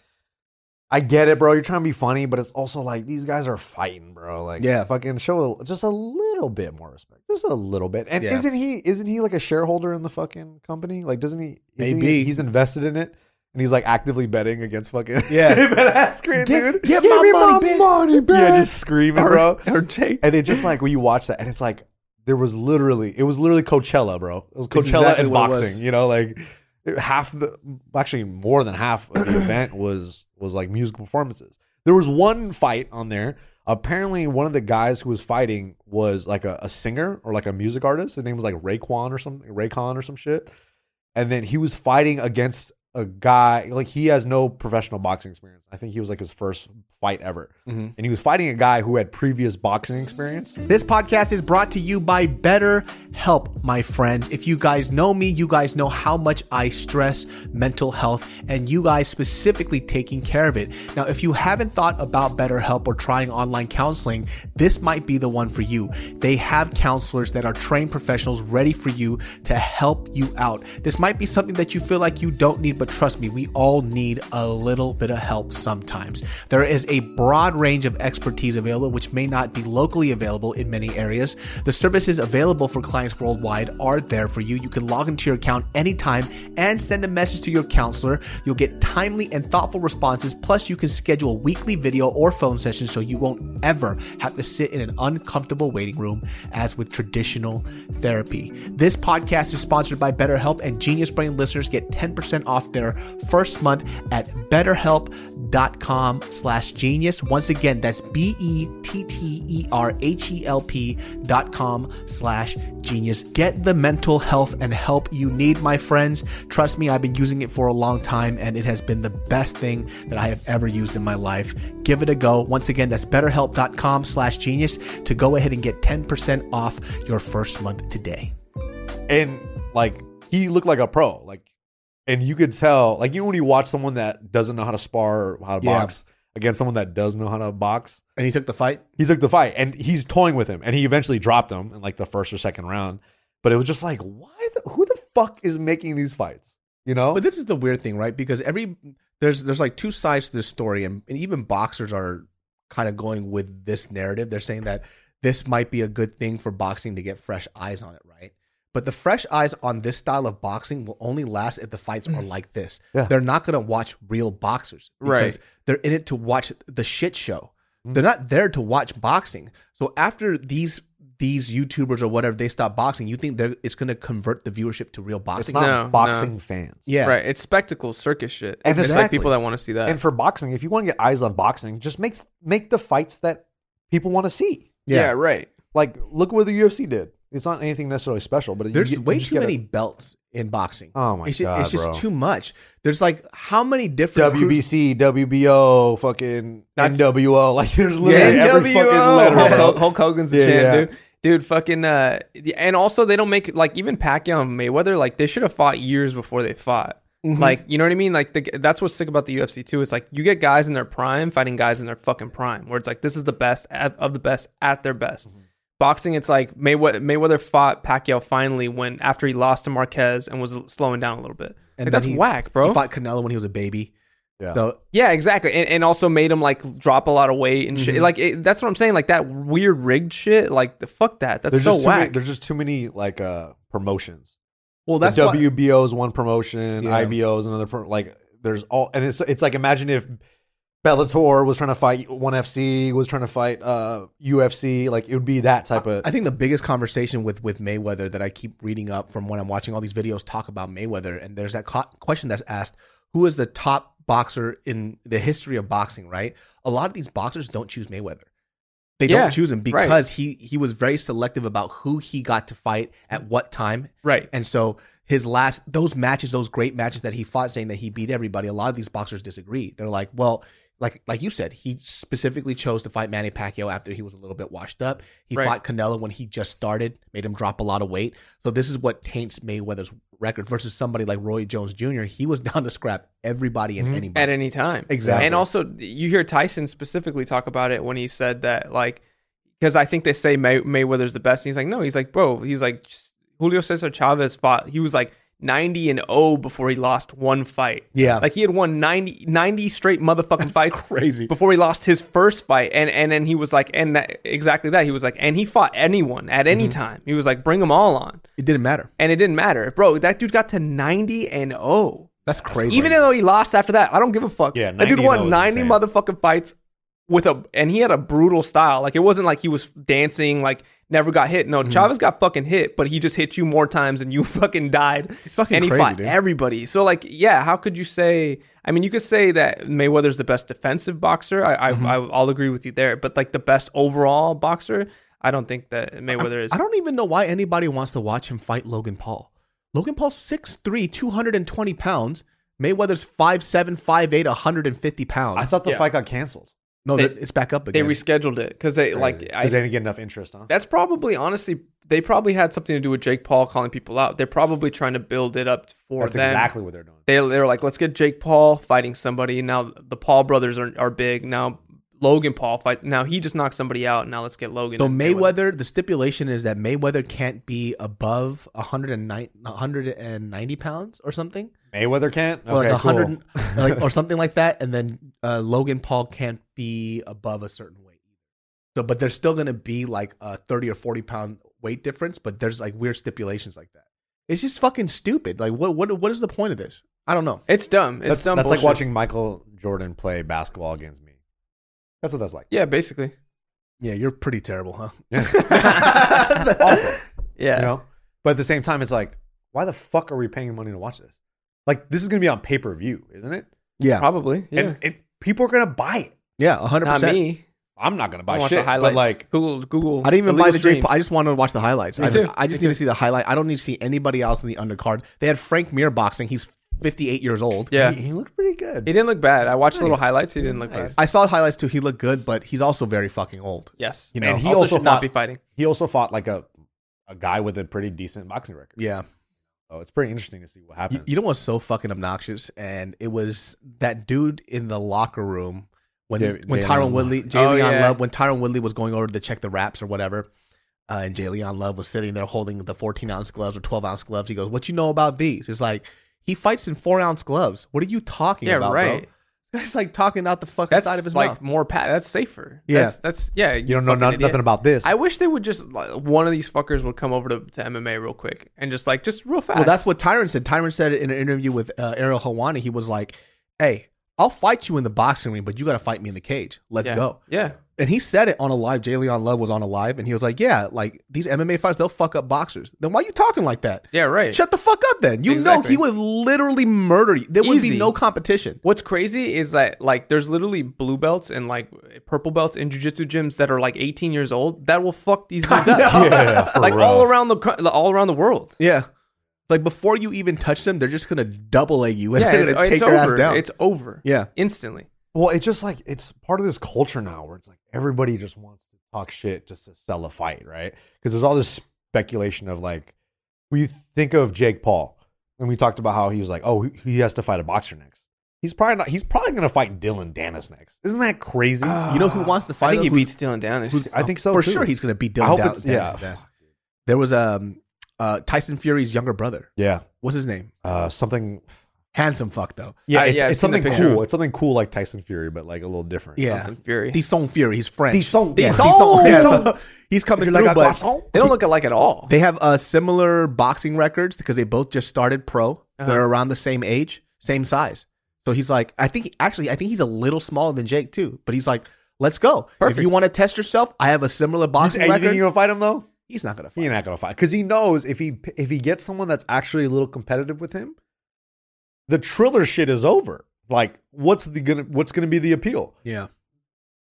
S4: I get it, bro. You're trying to be funny, but it's also like these guys are fighting, bro. Like,
S3: Yeah.
S4: fucking show a- just a little bit more respect, just a little bit. And
S3: Yeah.
S4: isn't he? Isn't he like a shareholder in the fucking company? Like, doesn't he? isn't he-
S3: Maybe.
S4: he's invested in it, and he's like actively betting against fucking
S3: Yeah.
S4: ass cream,
S3: Get-
S4: dude.
S3: get
S4: Give
S3: my
S4: me
S3: money, bitch.
S4: money, bitch. Yeah, just screaming, bro.
S2: Or Jake.
S4: And it just like when you watch that, and it's like there was literally it was literally Coachella, bro. It was Coachella
S3: exactly
S4: and
S3: what it was.
S4: boxing. You know, like it- half the actually more than half of the event was was like musical performances. There was one fight on there. Apparently, one of the guys who was fighting was like a, a singer or like a music artist. His name was like Raekwon or something, Raycon or some shit. And then he was fighting against a guy like he has no professional boxing experience. I think he was like his first fight ever,
S3: Mm-hmm.
S4: and he was fighting a guy who had previous boxing experience.
S1: This podcast is brought to you by Better Help, my friends. If you guys know me, you guys know how much I stress mental health and you guys specifically taking care of it. Now, if you haven't thought about BetterHelp or trying online counseling, this might be the one for you. They have counselors that are trained professionals ready for you to help you out. This might be something that you feel like you don't need, but trust me, we all need a little bit of help sometimes. There is a broad range of expertise available, which may not be locally available in many areas. The services available for clients worldwide are there for you. You can log into your account anytime and send a message to your counselor. You'll get timely and thoughtful responses. Plus, you can schedule weekly video or phone sessions so you won't ever have to sit in an uncomfortable waiting room as with traditional therapy. This podcast is sponsored by BetterHelp, and Genius Brain listeners get 10% off their first month at betterhelp.com slash genius. Once again, that's E B-E-T-T-E-R-H-E-L-P E dot com slash genius. Get the mental health and help you need, my friends. Trust me, I've been using it for a long time, and it has been the best thing that I have ever used in my life. Give it a go. Once again, that's betterhelp.com slash genius to go ahead and get 10% off your first month today.
S4: and like he looked like a pro like and you could tell like you know when you watch someone that doesn't know how to spar or how to
S3: Yeah.
S4: box against someone that does know how to box
S3: and he took the fight.
S4: he took the fight and he's toying with him and he eventually dropped him in like the first or second round but it was just like why the, who the fuck is making these fights you know
S3: But this is the weird thing, right? Because every there's there's like two sides to this story, and, and even boxers are kind of going with this narrative. They're saying that this might be a good thing for boxing to get fresh eyes on it, right? But the fresh eyes on this style of boxing will only last if the fights are like this.
S4: Yeah.
S3: They're not going to watch real boxers because
S2: Right.
S3: they're in it to watch the shit show. They're not there to watch boxing. So after these these YouTubers or whatever they stop boxing, you think they're, it's going to convert the viewership to real
S4: it's
S3: boxing?
S4: not
S2: No, no.
S4: boxing fans
S3: yeah,
S2: Right. It's spectacle circus shit.
S4: And
S2: And it's like
S3: exactly.
S2: people that want to see that.
S4: and for boxing if you want to get eyes on boxing just make make the fights that people want to see
S2: yeah. right.
S4: like look what the UFC did it's not anything necessarily special but you
S3: There's
S4: get- you
S3: way
S4: just
S3: too
S4: get a-
S3: many belts in boxing.
S4: Oh my
S3: it's ju-
S4: God,
S3: it's just
S4: bro.
S3: too much. There's like how many different cruise-
S4: WBC, WBO, fucking
S2: Not-
S4: NWO. Like there's literally
S3: Yeah,
S4: every fucking letter.
S2: Hulk,
S4: bro.
S2: Hulk- Hulk Hogan's the
S4: Yeah,
S2: champ,
S4: yeah.
S2: dude. Dude, fucking uh, the- and also they don't make like even Pacquiao and Mayweather like they should have fought years before they fought.
S4: Mm-hmm.
S2: Like you know what I mean? Like the, that's what's sick about the UFC too. It's like you get guys in their prime fighting guys in their fucking prime, where it's like this is the best at, of the best at their best.
S4: Mm-hmm.
S2: Boxing, it's like Mayweather, Mayweather fought Pacquiao finally when after he lost to Marquez and was slowing down a little bit.
S3: And
S2: like,
S3: then
S2: that's
S3: he-
S2: whack, bro.
S3: He fought Canelo when he was a baby.
S4: Yeah.
S3: So
S2: Yeah, exactly, and, and also made him like drop a lot of weight and
S4: Mm-hmm.
S2: shit. Like it, that's what I'm saying. Like that weird rigged shit. Like the fuck that. That's
S4: There's
S2: so
S4: just too many-
S2: whack.
S4: there's just too many like uh promotions.
S3: well, that's
S4: the
S3: why-
S4: WBO is one promotion,
S3: Yeah.
S4: IBO is another. Pro- like there's all, and it's it's like imagine if Bellator was trying to fight ONE FC, was trying to fight uh UFC. Like it would be that type of.
S3: I think the biggest conversation with with Mayweather that I keep reading up from when I'm watching all these videos talk about Mayweather, and there's that co- question that's asked: Who is the top boxer in the history of boxing? Right? A lot of these boxers don't choose Mayweather. They
S2: Yeah,
S3: don't choose him
S2: right.
S3: because he he was very selective about who he got to fight at what time
S2: right.
S3: And so his last those matches, those great matches that he fought, saying that he beat everybody, a lot of these boxers disagree. They're like, well, like like you said, he specifically chose to fight Manny Pacquiao after he was a little bit washed up. He
S2: Right.
S3: fought Canelo when he just started, made him drop a lot of weight. So this is what taints Mayweather's record versus somebody like Roy Jones Jr. He was down to scrap everybody and anybody.
S2: at any time.
S3: Exactly.
S2: And also, you hear Tyson specifically talk about it when he said that, like, because I think they say May- Mayweather's the best. And he's like, no, he's like, bro, he's like, just- Julio Cesar Chavez fought. He was like 90 and 0 before he lost one fight.
S3: Yeah.
S2: Like, he had won 90, 90 straight motherfucking fights
S3: crazy.
S2: before he lost his first fight. And and then he was like, and that, exactly that. He was like, and he fought anyone at any
S3: Mm-hmm.
S2: time. He was like, bring them all on.
S3: It didn't matter.
S2: And it didn't matter. Bro, that dude got to 90 and oh. 0.
S3: That's crazy.
S2: Even though he lost after that, I don't give a fuck.
S4: Yeah,
S2: that dude
S4: 90 though
S2: won
S4: is
S2: ninety
S4: insane.
S2: motherfucking fights with a, and he had a brutal style. Like it wasn't like he was dancing, like never got hit. No, Chavez got fucking hit, but he just hit you more times and you fucking died.
S3: He's fucking
S2: and he
S3: crazy,
S2: fought
S3: dude.
S2: everybody. So like, yeah, how could you say? I mean, you could say that Mayweather's the best defensive boxer. I, I, I I'll agree with you there. But like the best overall boxer, I don't think that Mayweather is.
S3: I don't even know why anybody wants to watch him fight Logan Paul. Logan Paul's 6'3", 220 pounds. Mayweather's 5'7", 5'8", 150 pounds.
S4: I thought the
S2: Yeah.
S4: fight got canceled.
S3: no,
S2: they-
S3: that- it's back up
S2: they
S3: again.
S2: rescheduled it because they like
S4: Because they didn't get enough interest, huh?
S2: That's probably honestly they probably had something to do with Jake Paul calling people out. They're probably trying to build it up for
S4: That's
S2: them.
S4: exactly what they're doing.
S2: They they're like, let's get Jake Paul fighting somebody. Now the Paul brothers are are big. Now Logan Paul fight. Now he just knocked somebody out. Now let's get Logan.
S3: so
S2: and
S3: Mayweather, the stipulation is that Mayweather can't be above 109 190 pounds or something,
S4: Mayweather can't.
S3: or
S4: Okay,
S3: like
S4: cool.
S3: 100, like, or something like that, and then uh, Logan Paul can't be above a certain weight. So, but there's still going to be like a 30 or 40 pound weight difference, but there's like weird stipulations like that. It's just fucking stupid. Like, what what what is the point of this? I don't know.
S2: It's dumb. It's
S4: That's,
S2: dumb.
S4: that's like
S2: bullshit.
S4: watching Michael Jordan play basketball against me. That's what that's like.
S2: Yeah, basically.
S3: Yeah, you're pretty terrible, huh?
S4: Awful.
S2: Yeah.
S4: You know? But at the same time, it's like, why the fuck are we paying money to watch this? Like, this is going to be on pay per view, isn't it?
S3: Yeah,
S2: Probably. Yeah.
S4: And it, people are going to buy it.
S3: yeah, 100.
S2: Not
S3: percent
S2: me.
S4: I'm not going to
S2: I
S4: buy
S2: watch
S4: shit.
S2: the
S4: But
S2: highlights.
S4: like,
S2: Google Google.
S3: I didn't even buy
S2: Illegal
S3: the Jake.
S2: Streams.
S3: Paul. I just want to watch the highlights.
S2: Me
S3: I,
S2: too.
S3: I just
S2: Me
S3: need to see the highlight. I don't need to see anybody else in the undercard. They had Frank Mir boxing. He's 58 years old.
S2: yeah.
S4: he, he looked pretty good.
S2: He didn't look bad. I watched little
S4: Nice.
S2: highlights. He didn't look
S4: Nice.
S2: bad.
S3: I saw highlights too. He looked good, but he's also very fucking old.
S2: Yes.
S3: You know,
S4: and he
S2: also,
S4: also,
S2: should
S4: fought,
S2: not be fighting.
S4: he also fought like a, a guy with a pretty decent boxing record.
S3: Yeah.
S4: So it's pretty interesting to see what happens.
S3: You, you know what's so fucking obnoxious? And it was that dude in the locker room when
S4: Jay-
S3: when
S4: Jay
S3: Tyron
S4: Leon Love.
S3: Woodley, Jay
S2: Oh,
S3: Leon
S2: yeah.
S3: Love, when Tyron Woodley was going over to check the wraps or whatever, uh, and Jay Leon Love was sitting there holding the 14 ounce gloves or 12 ounce gloves. He goes, "What you know about these?" It's like he fights in four ounce gloves. What are you talking
S2: Yeah,
S3: about,
S2: right.
S3: bro? This guy's like talking out the fucking
S2: that's
S3: side of his
S2: like
S3: mouth.
S2: more pat. That's safer.
S3: Yeah.
S2: that's, that's yeah.
S4: You don't know
S2: fucking
S4: no-
S2: idiot.
S4: nothing about this.
S2: I wish they would just like, one of these fuckers would come over to, to MMA real quick and just like just real fast.
S3: Well, that's what Tyron said. Tyron said in an interview with uh, Ariel Hawani, he was like, "Hey, I'll fight you in the boxing ring, but you got to fight me in the cage. Let's
S2: yeah.
S3: go."
S2: Yeah,
S3: and he said it on a live. Jay Leon Love was on a live, and he was like, "Yeah, like these MMA fights, they'll fuck up boxers. Then why you talking like that?
S2: yeah, right.
S3: Shut the fuck up, then. You know
S2: Exactly.
S3: he would literally murder you. There would be
S2: Easy.
S3: no competition.
S2: What's crazy is that like there's literally blue belts and like purple belts in jujitsu gyms that are like 18 years old that will fuck these dudes up.
S4: Yeah, for
S2: like
S4: real.
S2: all around the co- all around the world.
S3: Yeah, it's like before you even touch them, they're just gonna double leg you and
S2: Yeah,
S3: they're
S2: it's,
S3: gonna
S2: it's
S3: take your ass
S2: over.
S3: down.
S2: It's over.
S3: yeah,
S2: instantly.
S4: Well, it's just like it's part of this culture now where it's like everybody just wants to talk shit just to sell a fight, right? Because there's all this speculation of like we think of Jake Paul and we talked about how he was like, oh, he- he has to fight a boxer next. He's probably not. He's probably gonna fight Dylan Danis next. Isn't that crazy?
S3: you know who wants to
S2: Ah, I
S3: fight?
S2: think he
S3: him?
S2: beats Dylan Down.
S3: Who's-
S4: I think so
S3: Ah, for
S4: too.
S3: sure. He's gonna beat
S4: I
S3: Dylan
S4: hope
S3: down.
S4: it's yeah,
S3: down- down. There was um, uh, Tyson Fury's younger brother.
S4: yeah,
S3: What's his name?
S4: uh, something.
S3: Handsome fuck though.
S4: Yeah,
S2: Uh,
S4: it's,
S2: yeah, I've
S4: it's
S2: seen the
S4: something
S2: picture.
S4: cool. It's something cool like Tyson Fury, but like a little different.
S3: Yeah.
S2: Fury.
S3: Tyson Fury. He's French.
S4: Tyson.
S3: Yeah,
S4: Tyson.
S3: Tyson. Yeah, so
S4: Tyson.
S3: he's coming
S4: Would you
S3: through,
S4: like a
S3: but
S4: croissant?
S2: They don't look alike at all.
S3: They have uh, similar boxing records because they both just started pro. They're around the same age, same size. So he's like, I think actually, I think he's a little smaller than Jake too. But he's like, let's go.
S2: Perfect.
S3: If you want to test yourself, I have a similar boxing
S4: Hey, you think
S3: record.
S4: you're gonna fight him though?
S3: he's not gonna fight.
S4: He's not gonna fight because he knows if he if he gets someone that's actually a little competitive with him, the Triller shit is over. Like, what's the gonna what's gonna be the appeal?
S3: Yeah,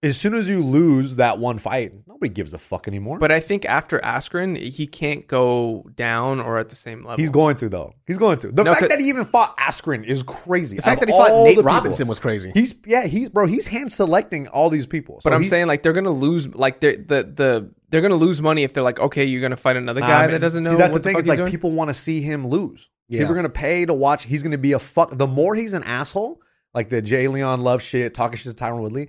S4: as soon as you lose that one fight, nobody gives a fuck anymore.
S2: But I think after Askren, he can't go down or at the same
S3: uh,
S2: level.
S4: he's going to though. He's going to. The
S2: No,
S4: fact
S2: 'cause-
S4: that he even fought Askren is crazy.
S3: The fact
S4: Out
S3: that he
S4: of
S3: fought
S4: all
S3: Nate
S4: the people.
S3: Robinson was crazy.
S4: He's yeah, he's bro. He's hand selecting all these people.
S2: but
S4: So
S2: I'm
S4: he-
S2: saying like they're gonna lose like they're, the the they're gonna lose money if they're like okay you're gonna fight another guy
S4: Um,
S2: that doesn't know
S4: See, that's
S2: what
S4: the thing.
S2: fuck
S4: it's
S2: he's
S4: like
S2: doing.
S4: people want to see him lose.
S3: Yeah.
S4: People are gonna pay to watch. He's gonna be a fuck. The more he's an asshole, like the Jay Leon love shit, talking shit to Tyron Woodley.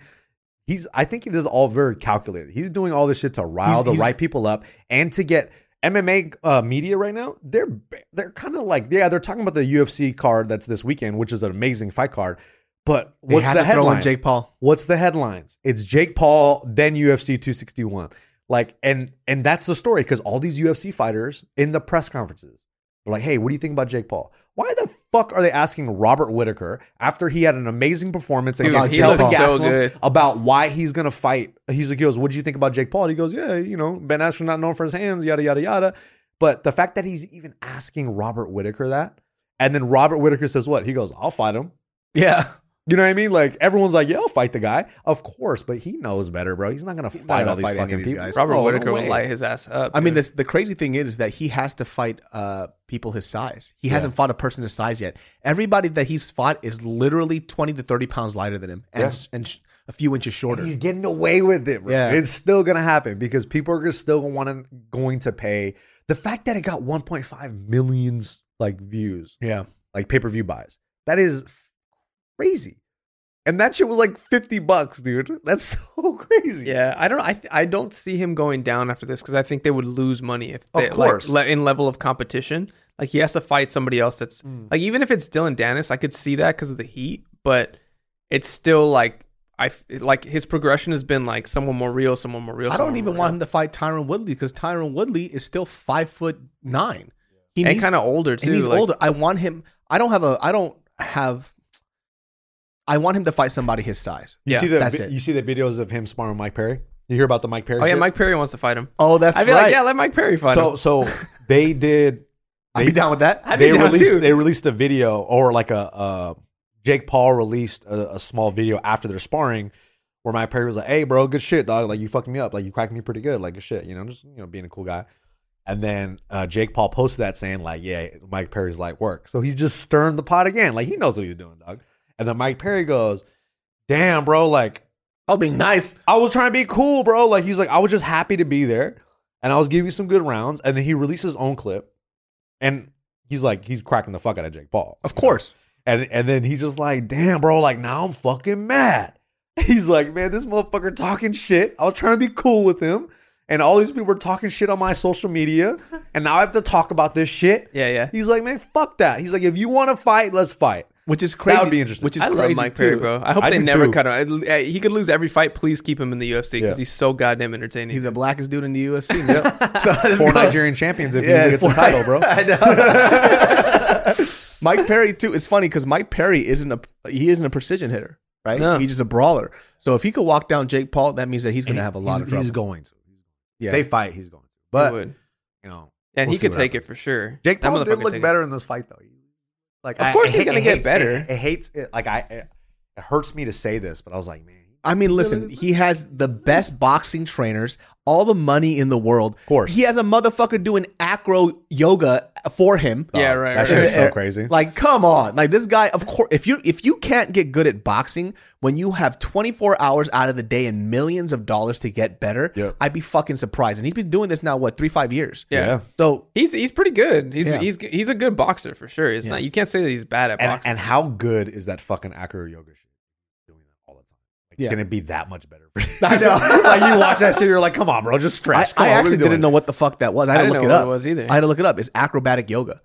S4: He's. I think this is all very calculated. He's doing all this shit to rile
S3: He's-
S4: the
S3: he's-
S4: right people up and to get MMA uh, media right now. They're ba- they're kind of like yeah, they're talking about the UFC card that's this weekend, which is an amazing fight card. But
S3: They
S4: what's
S3: had
S4: the
S3: to throw in
S4: headline?
S3: Jake Paul.
S4: what's the headlines it's jake paul then ufc 261 like and and that's the story because all these ufc fighters in the press conferences are like hey what do you think about jake paul why the fuck are they asking robert whitaker after he had an amazing performance
S2: Dude,
S4: against
S3: he
S4: Kelvin
S3: looked
S2: so
S4: Gastelum
S2: good.
S4: about why he's gonna fight he's like he goes what do you think about jake paul and he goes yeah you know ben Askren not known for his hands yada yada yada but the fact that he's even asking robert whitaker that and then robert whitaker says what he goes i'll fight him
S3: Yeah.
S4: you know what I mean? Like everyone's like, "Yeah, I'll fight the guy." Of course, but he knows better, bro. He's not gonna
S3: not
S4: fight
S3: gonna
S4: all these
S3: fight any
S4: fucking
S3: of these
S4: people.
S3: guys.
S2: Robert
S4: Oh, no
S2: Whitaker would
S4: way.
S2: light his ass up.
S3: I mean,
S2: dude.
S3: this, the crazy thing is, is that he has to fight uh, people his size. He hasn't fought a person his size yet. Everybody that he's fought is literally 20 to 30 pounds lighter than him and,
S4: Yeah.
S3: s- and sh- a few inches shorter.
S4: He's getting away with it, bro.
S3: Yeah.
S4: It's still gonna happen because people are still wanting, going to pay. The fact that it got 1.5 million like views,
S3: yeah.
S4: like pay per view buys, that is crazy. And that shit was like 50 bucks, dude. That's so crazy.
S2: yeah, I don't I th- I don't see him going down after this because I think they would lose money if
S4: Of
S2: they,
S4: course.
S2: like, le- in level of competition. Like he has to fight somebody else that's
S4: Hmm.
S2: like even if it's Dylan Dennis, I could see that because of the heat, but it's still like I f- like his progression has been like someone more real, someone more real.
S3: I
S2: someone
S3: don't even
S2: more
S3: want
S2: real.
S3: him to fight Tyron Woodley because Tyron Woodley is still five foot nine. He
S2: and kind of older too.
S3: and he's
S2: like,
S3: older. I want him. I don't have a. I don't have. I want him to fight somebody his size.
S4: You
S2: Yeah,
S4: see the
S3: that's
S4: vi-
S3: it.
S4: you see the videos of him sparring Mike Perry. You hear about the Mike Perry?
S2: Oh yeah,
S4: shit?
S2: Mike Perry wants to fight him.
S3: Oh, that's
S2: I'd be
S3: right.
S2: like, yeah, let Mike Perry fight
S4: So
S2: him.
S4: so they did
S3: I'd be down with that.
S2: I'd be
S4: they
S2: down,
S4: released
S2: too.
S4: they released a video or like a uh, Jake Paul released a, a small video after their sparring where my parent was like, "Hey, bro, good shit, dog. Like you fucking me up. Like you cracked me pretty good. Like good shit. You know, just you know being a cool guy." And then uh, Jake Paul posted that saying like, "Yeah, Mike Perry's light work." So he's just stirring the pot again. Like he knows what he's doing, dog. And then Mike Perry goes, "Damn, bro. Like
S3: I'll be nice.
S4: I was trying to be cool, bro. Like he's like, I was just happy to be there, and I was giving you some good rounds. And then he released his own clip, and he's like, he's cracking the fuck out of Jake Paul,
S3: Of course.
S4: and and then he's just like, damn, bro, like now I'm fucking mad. He's like, man, this motherfucker talking shit. I was trying to be cool with him, and all these people were talking shit on my social media, and now I have to talk about this shit.
S2: yeah, yeah.
S4: He's like, man, fuck that. He's like, if you want to fight, let's fight.
S3: Which is crazy.
S4: be interesting.
S3: Which is
S2: I
S3: crazy
S2: love Mike Perry,
S3: too.
S2: bro. I hope
S4: I
S2: they
S4: do,
S2: never
S4: too.
S2: cut him. I- I- He could lose every fight. Please keep him in the UFC because
S4: Yeah.
S2: he's so goddamn entertaining.
S3: He's the blackest dude in the UFC. Now. so let's
S4: Four
S3: go.
S4: Nigerian champions if
S3: Yeah,
S4: you get the
S3: four-
S4: title, bro.
S3: I know. Mike Perry too. It's funny because Mike Perry isn't a he isn't a precision hitter, right?
S2: No.
S3: He's just a brawler. So if he could walk down Jake Paul, that means that he's going to have a lot
S4: he's,
S3: of trouble.
S4: He's going to.
S3: yeah.
S4: They fight, he's going to.
S2: He
S4: But
S2: would.
S4: you know,
S2: and
S4: we'll
S2: he
S4: see
S2: could
S4: what
S2: take it
S4: happens.
S2: for sure.
S4: Jake
S2: That
S4: Paul
S2: motherfucker
S4: did look
S2: take it.
S4: better in this fight, though. Like,
S2: Of course he's
S4: hate-
S2: gonna
S4: it
S2: get
S4: hates-
S2: better.
S4: It, it hates it. Like I, it, it hurts me to say this, but I was like, man,
S3: I mean, listen, he has the best boxing trainers, all the money in the world. Of
S4: course.
S3: He has a motherfucker doing acro yoga for him.
S2: Yeah, right.
S4: that
S2: right,
S4: shit's
S2: right.
S4: so crazy.
S3: Like, come on. Like this guy, of course if you if you can't get good at boxing when you have 24 hours out of the day and millions of dollars to get better,
S4: Yep.
S3: I'd be fucking surprised. And he's been doing this now what, 3 5 years.
S2: Yeah.
S3: So,
S2: He's he's pretty good. He's
S3: Yeah.
S2: he's he's a good boxer for sure. It's not you can't say that he's bad at
S4: and
S2: boxing.
S4: and how good is that fucking acro yoga shit? Doing that all the time. Like,
S3: Yeah.
S4: gonna be that much better.
S3: I know.
S4: like you watch that shit, you're like, come on, bro,
S3: I,
S4: just stretch. Come
S3: I
S4: on, what are
S3: actually
S4: we doing?
S3: didn't know what the fuck that was. I
S2: I
S3: had to
S2: didn't
S3: look
S2: know
S3: it
S2: what
S3: up.
S2: it was either.
S3: I had to look it up. It's acrobatic yoga.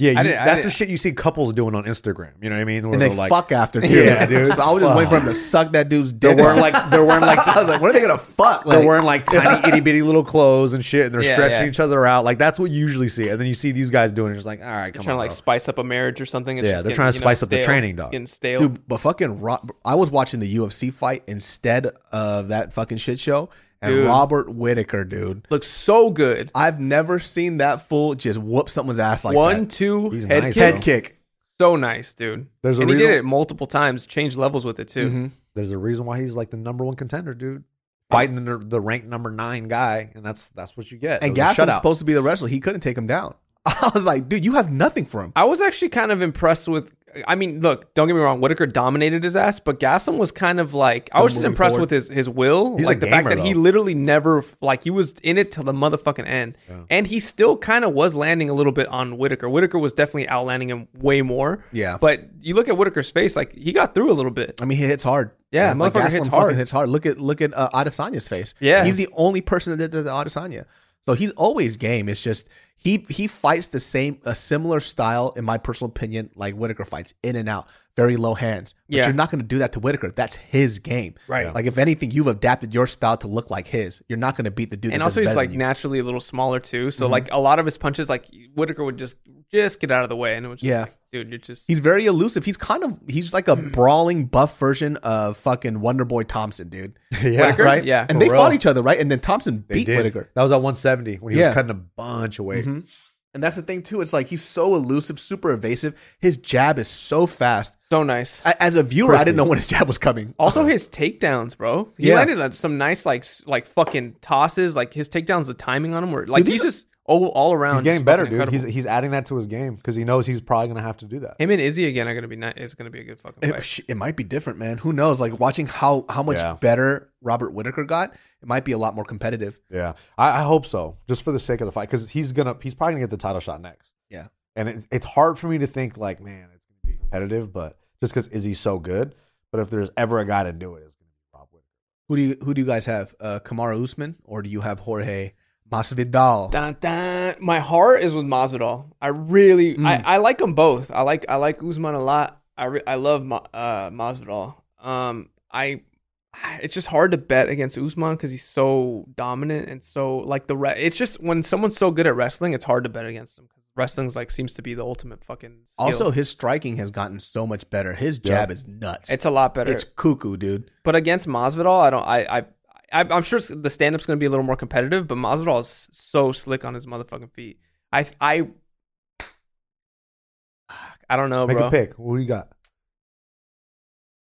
S4: Yeah, you,
S2: I didn't- I
S4: that's the
S2: didn't-
S4: shit you see couples doing on Instagram. You know what I mean? Where
S3: And
S4: they're
S3: they
S4: like,
S3: fuck after too.
S4: Yeah, dude.
S3: So I was just waiting for him to suck that dude's dick.
S4: They're wearing like they're wearing like
S3: I was like, when are they gonna fuck?
S4: they're
S3: Like,
S4: wearing like tiny itty bitty little clothes and shit, and they're
S2: Yeah,
S4: stretching
S2: yeah.
S4: each other out. Like that's what you usually see. And then you see these guys doing it, it's like, all right,
S2: they're
S4: come
S2: trying
S4: on,
S2: to like
S4: bro.
S2: spice up a marriage or something. It's
S4: Yeah,
S2: just
S4: they're
S2: getting,
S4: trying to
S2: you know,
S4: spice up the
S2: stale.
S4: training,
S2: It's
S4: dog.
S2: Getting stale.
S3: dude, but fucking, Ro- I was watching the UFC fight instead of that fucking shit show, and
S2: Dude.
S3: Robert Whitaker, dude,
S2: Looks so good.
S3: I've never seen that fool just whoop someone's ass like
S2: One
S3: that.
S2: two
S4: He's
S2: head
S4: nice,
S2: kick.
S4: bro.
S3: Head kick.
S2: So nice, dude.
S4: There's a
S2: and he
S4: reason- Mm-hmm.
S2: did it multiple times. Changed levels with it too.
S4: There's a reason why he's like the number one contender, dude. Fighting the, ner- the ranked number nine guy, and that's that's what you get.
S3: And
S4: It was a
S3: Gaston's
S4: shutout.
S3: supposed to be the wrestler. He couldn't take him down. I was like, dude, you have nothing for him.
S2: I was actually kind of impressed with. I mean, look, don't get me wrong. Whitaker dominated his ass, but Gaslam was kind of like I was just
S4: moving
S2: impressed
S4: forward.
S2: with his his will,
S4: He's a
S2: like the fact
S4: gamer,
S2: that he
S4: though.
S2: literally never like he was in it till the motherfucking end, and he still kind of was landing a little bit on Whitaker. Whitaker was definitely outlanding him way more.
S3: Yeah.
S2: but you look at Whitaker's face, like he got through a little bit.
S3: I mean, he hits hard.
S2: Yeah,
S3: like,
S2: motherfucker
S3: Gaslam
S2: hits
S3: fucking
S2: hard.
S3: Hits hard. Look at look at uh, Adesanya's face.
S2: Yeah.
S3: he's the only person that did the, the Adesanya. So he's always game. It's just he he fights the same a similar style in my personal opinion, like Whitaker fights in and out, very low hands. But
S2: Yeah.
S3: you're not going to do that to Whitaker. That's his game.
S2: Right.
S3: Like if anything, you've adapted your style to look like his. You're not going to beat the dude.
S2: and
S3: that does
S2: also he's
S3: better
S2: like
S3: than you.
S2: naturally a little smaller too, so like a lot of his punches, like Whitaker would just just get out of the way, and it was just
S3: Yeah.
S2: like, dude, you're just
S3: He's very elusive. He's kind of he's like a brawling buff version of fucking Wonder Boy Thompson, dude.
S4: yeah,
S2: Whitaker?
S4: right.
S2: Yeah.
S3: And they
S4: For real.
S3: fought each other, right? And then Thompson
S4: They
S3: beat
S4: did.
S3: Whitaker.
S4: That was at 170 when he
S3: Yeah.
S4: was cutting a bunch of
S2: Mm-hmm.
S4: weight.
S3: And that's the thing too. It's like he's so elusive, super evasive. His jab is so fast.
S2: so nice.
S3: I, as a viewer, I didn't know when his jab was coming.
S2: Also, his takedowns, bro. He
S3: Yeah.
S2: landed on some nice, like, s- like fucking tosses. Like his takedowns, the timing on him were like
S3: Dude,
S2: he's
S3: these
S2: just all, all around.
S4: He's getting
S2: just
S4: better,
S2: fucking
S4: dude. He's,
S2: incredible.
S4: he's adding that to his game because he knows he's probably gonna have to do that.
S2: him and Izzy again are gonna be nice. It's gonna be a good fucking
S3: It,
S2: fight.
S3: sh- it might be different, man. Who knows? Like watching how how much
S4: Yeah.
S3: better Robert Whitaker got, it might be a lot more competitive.
S4: Yeah, I, I hope so, just for the sake of the fight, because he's gonna he's probably gonna get the title shot next.
S3: Yeah.
S4: and it, it's hard for me to think like, man, it's gonna be competitive, but just because Izzy's so good, but if there's ever a guy to do it, it's gonna be Rob Whitaker.
S3: Who do you who do you guys have? Uh, Kamara Usman, or do you have Jorge Masvidal?
S2: Dun, dun. My heart is with Masvidal. I really, I, I like them both. I like, I like Usman a lot. I, re- I love Ma, uh, Masvidal. Um, I, it's just hard to bet against Usman because he's so dominant and so like the re- It's just when someone's so good at wrestling, it's hard to bet against him because wrestling's like seems to be the ultimate fucking. skill.
S3: also, his striking has gotten so much better. His jab is nuts.
S2: it's a lot better.
S3: it's cuckoo, dude.
S2: But against Masvidal, I don't. I, I, I I'm sure it's- the stand up's going to be a little more competitive. But Masvidal is so slick on his motherfucking feet. I, I, I don't know,
S4: Make
S2: Oh, bro.
S4: a pick. What do you got?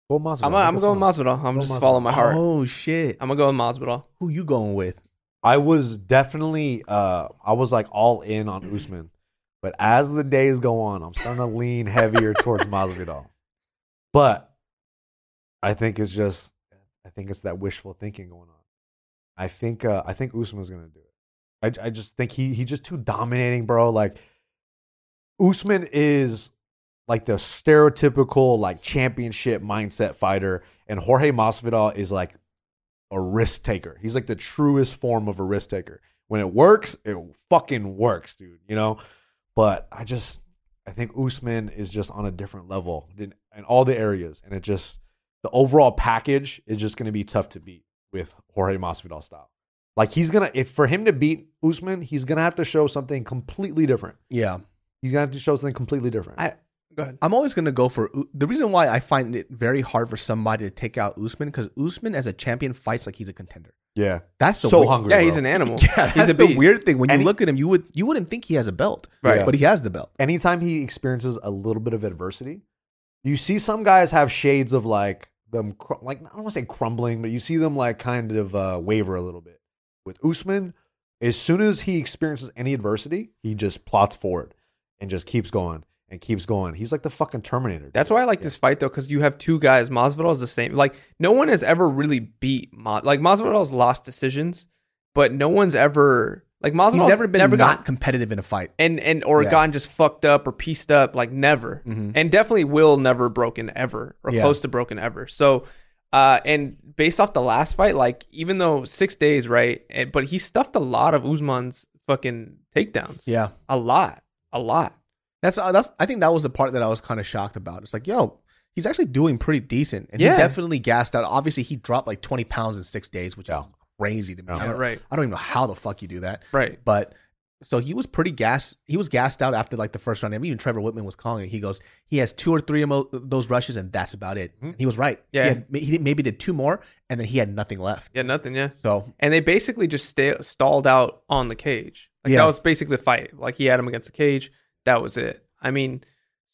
S4: Go Masvidal.
S2: I'm, uh, I'm
S4: Make a
S2: going
S4: phone.
S2: Masvidal. I'm
S4: Go
S2: just
S4: Masvidal.
S2: following my heart.
S3: Oh shit!
S2: I'm gonna go with Masvidal.
S3: Who you going with?
S4: I was definitely uh I was like all in on Usman. But as the days go on, I'm starting to lean heavier towards Masvidal. But I think it's just I think it's that wishful thinking going on. I think uh I think Usman's going to do it. I I just think he he just too dominating, bro. Like Usman is like the stereotypical like championship mindset fighter and Jorge Masvidal is like a risk taker. He's like the truest form of a risk taker. When it works, it fucking works, dude. You know, but I just I think Usman is just on a different level in, in all the areas, and it just the overall package is just going to be tough to beat with Jorge Masvidal style. Like he's gonna if for him to beat Usman, he's gonna have to show something completely different.
S3: Yeah,
S4: He's gonna have to show something completely different.
S2: I go ahead.
S3: I'm always going to go for U- the reason why I find it very hard for somebody to take out Usman because Usman as a champion fights like he's a contender.
S4: yeah,
S3: That's the
S4: so
S3: weird,
S4: hungry.
S2: Yeah, he's
S4: bro.
S2: an animal.
S3: Yeah, that's
S2: he's a
S3: the
S2: beast.
S3: weird thing. When you
S4: And he-
S3: look at him, you would you wouldn't think he has a belt,
S2: Right.
S3: But he has the belt.
S4: anytime he experiences a little bit of adversity, you see some guys have shades of like them, cr- like I don't want to say crumbling, but you see them like kind of uh, waver a little bit. With Usman, as soon as he experiences any adversity, he just plots forward and just keeps going and keeps going. He's like the fucking Terminator. dude.
S2: That's why I like this fight though, because you have two guys. Masvidal is the same. Like no one has ever really beat Ma- like Masvidal's lost decisions, but no one's ever like Masvidal's
S3: He's never been
S2: never
S3: not
S2: got,
S3: competitive in a fight.
S2: and and or
S3: Yeah. Mm-hmm.
S2: gotten just fucked up or pieced up like never and definitely will never broken ever or
S3: Yeah.
S2: close to broken ever so uh and based off the last fight like even though six days right and, but he stuffed a lot of Usman's fucking takedowns
S3: Yeah,
S2: a lot a lot
S3: that's uh, that's. I think that was the part that I was kind of shocked about. It's like, yo, he's actually doing pretty decent, and
S2: Yeah.
S3: he definitely gassed out. Obviously, he dropped like 20 pounds in six days, which
S4: Yeah.
S3: is crazy to me.
S4: Yeah.
S3: I don't,
S2: right
S3: I don't even know how the fuck you do that.
S2: right
S3: But so he was pretty gassed. He was gassed out after like the first round. I mean, even Trevor Whitman was calling it. He goes, he has two or three of mo- those rushes, and that's about it.
S4: Mhm.
S3: He was right.
S2: Hmm. Yeah.
S3: He, had, he did- maybe did two more, and then he had nothing left.
S2: yeah nothing yeah
S3: So
S2: and they basically just stay, stalled out on the cage. Like
S3: Yeah.
S2: that was basically the fight. Like he had him against the cage. That was it. I mean,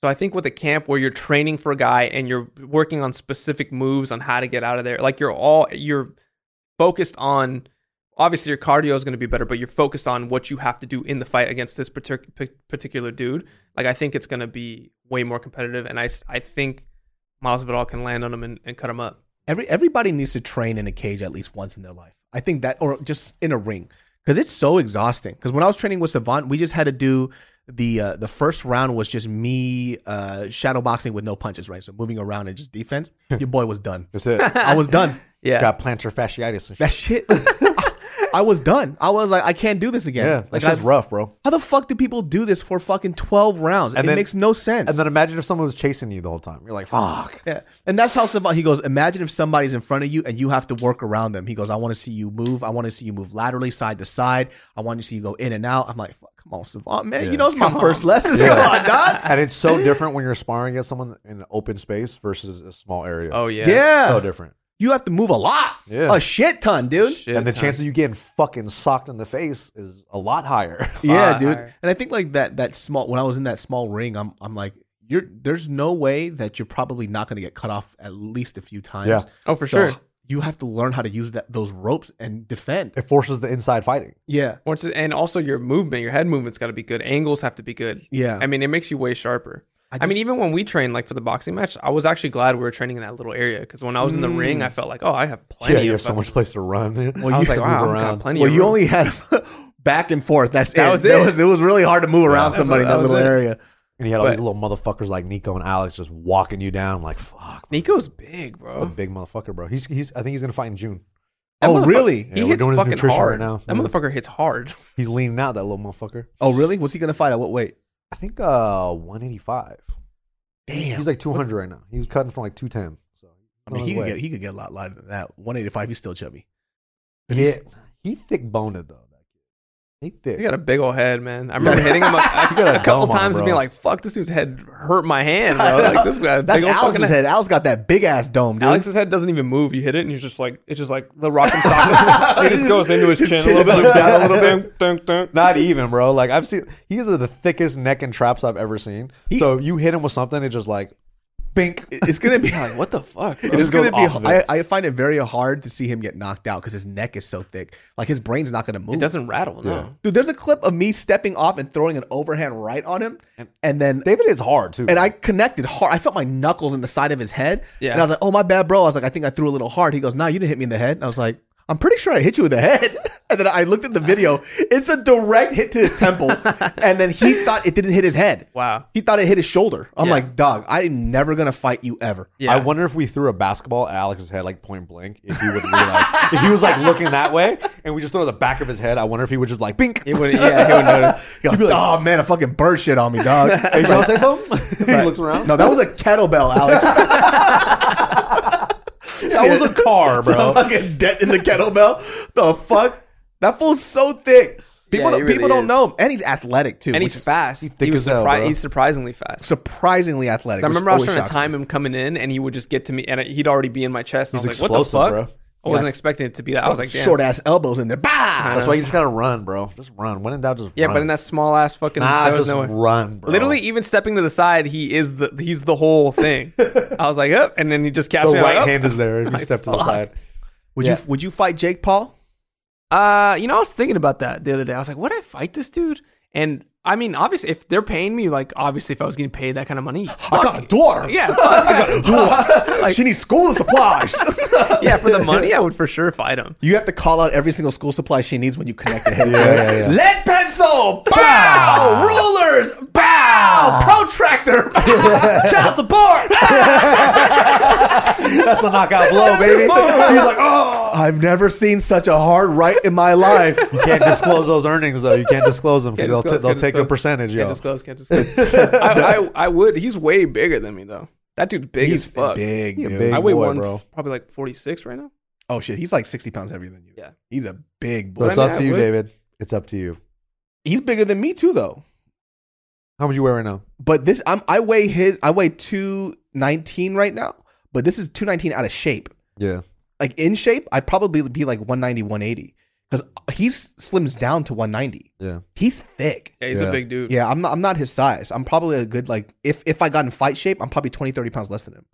S2: So I think with a camp where you're training for a guy and you're working on specific moves on how to get out of there, like you're all you're focused on. Obviously, your cardio is going to be better, but you're focused on what you have to do in the fight against this partic- p- particular dude. Like I think it's going to be way more competitive, and I s- I think Miles Vidal can land on him and, and cut him up.
S3: Every everybody needs to train in a cage at least once in their life. I think that, or just in a ring, because it's so exhausting. Because when I was training with Savant, we just had to do the uh, the first round was just me uh, shadow boxing with no punches, right? So moving around and just defense. Your boy was done.
S4: That's it.
S3: I was done.
S2: Yeah,
S4: Got plantar fasciitis. And shit.
S3: That shit. I, was done. I was like, I can't do this again.
S4: Yeah, that
S3: like,
S4: shit's
S3: I-
S4: rough, bro.
S3: how the fuck do people do this for fucking twelve rounds? it
S4: And then-
S3: makes no sense.
S4: And then imagine if someone was chasing you the whole time. You're like, fuck.
S3: Yeah. And that's how Savant, he goes, imagine if somebody's in front of you and you have to work around them. He goes, I want to see you move. I want to see you move laterally, side to side. I want to see you go in and out. I'm like, fuck, come on, Savant, man. You know, it's my first lesson. Come on, dog.
S4: And it's so different when you're sparring against someone in an open space versus a small area.
S2: Oh yeah.
S3: Yeah.
S4: So different.
S3: You have to move a lot.
S4: Yeah.
S3: A shit ton, dude.
S2: Shit
S4: and the
S2: ton.
S4: chance of you getting fucking socked in the face is a lot higher.
S3: Yeah,
S2: lot
S3: dude.
S2: higher.
S3: And I think like that that small when I was in that small ring, I'm I'm like, you're there's no way that you're probably not gonna get cut off at least a few times.
S4: Yeah.
S2: Oh, for
S3: So
S2: sure.
S3: You have to learn how to use that those ropes and defend.
S4: it forces the inside fighting.
S3: Yeah.
S2: Once it- and also your movement, your head movement's got to be good. Angles have to be good.
S3: Yeah.
S2: I mean, it makes you way sharper. I,
S3: just-
S2: mean, even when we trained, like for the boxing match, I was actually glad we were training in that little area because when I was in the ring, I felt like, oh, I have plenty
S4: Mm. Yeah, you
S2: of.
S4: have so
S2: fucking-
S4: much place to run.
S2: I was like, wow,
S4: move
S2: I've
S4: around.
S2: got plenty.
S3: Well,
S2: of
S3: you
S2: room.
S3: only had back and forth. That's
S2: That
S3: it.
S2: was
S3: That
S2: it.
S3: was, it was really hard to move around somebody in that
S4: that was
S3: little
S4: it.
S3: area.
S4: and you had all
S2: but-
S4: these little motherfuckers like Nico and Alex just walking you down. Like, fuck,
S2: Nico's big,
S4: a
S2: bro.
S4: big motherfucker, bro. He's he's. I think he's gonna fight in June.
S3: Oh, really?
S4: Yeah,
S2: he
S4: we're
S2: hits
S4: doing his
S2: fucking
S4: nutrition right
S2: hard.
S4: now.
S2: That
S4: Yeah.
S2: motherfucker hits hard.
S4: He's leaning out that little motherfucker.
S3: Oh, really? What's he gonna fight at what weight?
S4: I think uh 185.
S3: Damn.
S4: He's like 200 right now. He was cutting from like 210. So
S3: I mean,
S4: on
S3: he
S4: his
S3: could
S4: way.
S3: get he could get a lot lighter than that. One eighty five. He's still chubby.
S4: yeah, he thick boned though. That kid. He thick.
S2: He got a big old head, man. I remember hitting him a,
S4: got a
S2: a, couple
S4: dome on him,
S2: times and being
S4: bro.
S2: like, "Fuck, this dude's head hurt my hand, bro." Like this guy,
S3: That's
S2: big old
S3: Alex's
S2: fucking
S3: head. Alex got that big ass dome, dude.
S2: Alex's head doesn't even move. You hit it, and he's just like it's just like the rock and sock. it just goes into his chin a little bit,
S4: just-
S2: down a little bit. Dunk, dunk.
S4: Not even, bro. Like I've seen, he's the thickest neck and traps I've ever seen. so you hit him with something, it just like, bink.
S3: it's gonna be like
S2: What the fuck? bro?
S3: It's
S4: just goes
S3: gonna be.
S4: off of it.
S3: I, I find it very hard to see him get knocked out because his neck is so thick. Like his brain's not gonna move.
S2: It doesn't rattle. No.
S3: Dude, there's a clip of me stepping off and throwing an overhand right on him, and then
S4: David is hard too.
S3: and I connected hard. I felt my knuckles in the side of his head.
S2: Yeah.
S3: And I was like, oh, my bad, bro. I was like, I think I threw a little hard. He goes, nah, you didn't hit me in the head. And I was like, I'm pretty sure I hit you in the head. And then I looked at the video. It's a direct hit to his temple. and then he thought it didn't hit his head.
S2: Wow.
S3: He thought it hit his shoulder. I'm
S2: Yeah.
S3: like, dog, I'm never going to fight you ever.
S2: Yeah.
S4: I wonder if we threw a basketball at Alex's head like point blank, if he would realize if he was like looking that way, and we just throw the back of his head. I wonder if he would just like bink.
S2: He would, yeah, he would notice.
S3: He goes, oh, man, a fucking bird shit on me, dog.
S4: Hey, you want to say something? he looks around.
S3: no, that was a kettlebell, Alex. that
S4: that was a car,
S3: Some
S4: bro.
S3: fucking dent in the kettlebell. The fuck? That fool's so thick. People,
S2: Yeah, he
S3: don't, people
S2: really
S3: don't
S2: is.
S3: know him. And he's athletic, too.
S2: And
S3: which
S2: he's
S3: is
S2: fast.
S4: thick
S2: he was
S4: as hell,
S2: surpri-
S4: bro.
S2: he's surprisingly fast.
S3: surprisingly athletic.
S2: I
S3: which
S2: remember I was
S3: always
S2: trying to
S3: shocks
S2: time
S3: me.
S2: him coming in, and he would just get to me, and he'd already be in my chest. And I
S4: He's
S2: was like, "What the fuck?"
S4: explosive, bro.
S2: I wasn't expecting it to be that. I was like, "Damn." Uh-huh.
S3: short ass elbows in there. Bah!
S4: That's why you just gotta run, bro. Just run. When in doubt, just
S2: yeah,
S4: run.
S2: but in that small ass fucking,
S4: nah,
S2: there was
S4: just
S2: no way.
S4: run, bro.
S2: Literally, even stepping to the side, he is the he's the whole thing. I was like, "Up," and then he just catches
S4: the
S2: me. I'm like, "Oh,
S4: right
S2: "Up."
S4: hand is there if you step to the side.
S3: Would
S4: Yeah.
S3: you would you fight Jake Paul?
S2: Uh, you know, I was thinking about that the other day. I was like, would I fight this dude? And I mean, obviously, if they're paying me, like, obviously, if I was getting paid that kind of money,
S3: I got a daughter.
S2: yeah, fuck, yeah.
S3: she needs school supplies.
S2: yeah, for the money, I would for sure fight him.
S3: you have to call out every single school supply she needs when you connect the head.
S4: yeah, yeah.
S3: Lead pencil, bow. Rulers, bow. Protractor,
S2: Child support.
S4: That's a knockout blow, baby. He's like, oh.
S3: I've never seen such a hard right in my life.
S4: You can't disclose those earnings though. You can't disclose them because they'll,
S2: disclose,
S4: t- they'll
S2: can't
S4: take a
S2: disclose.
S4: percentage.
S2: can't
S4: Yo.
S2: disclose. Can't disclose. I, I, I would. He's way bigger than me though. That dude's big
S3: He's
S2: as fuck.
S3: big,
S4: He a
S3: dude.
S4: big-
S2: I weigh
S4: boy,
S2: one,
S4: bro.
S2: probably like forty six right now.
S3: Oh shit, he's like sixty pounds heavier than you.
S2: Yeah.
S3: he's a big
S4: So
S3: boy.
S4: it's
S2: I mean,
S4: up
S2: I
S4: to you,
S2: would-
S4: David. It's up to you.
S3: He's bigger than me too, though.
S4: How much you wear right now?
S3: But this, I'm, I weigh his. I weigh two nineteen right now. But this is two nineteen out of shape.
S4: Yeah.
S3: like in shape, I'd probably be like 190, 180. because he slims down to 190.
S4: Yeah.
S3: He's thick.
S2: Yeah, he's
S4: Yeah.
S2: a big dude.
S3: Yeah, I'm not, I'm not his size. I'm probably a good like if if I got in fight shape, I'm probably 20, 30 pounds less than him.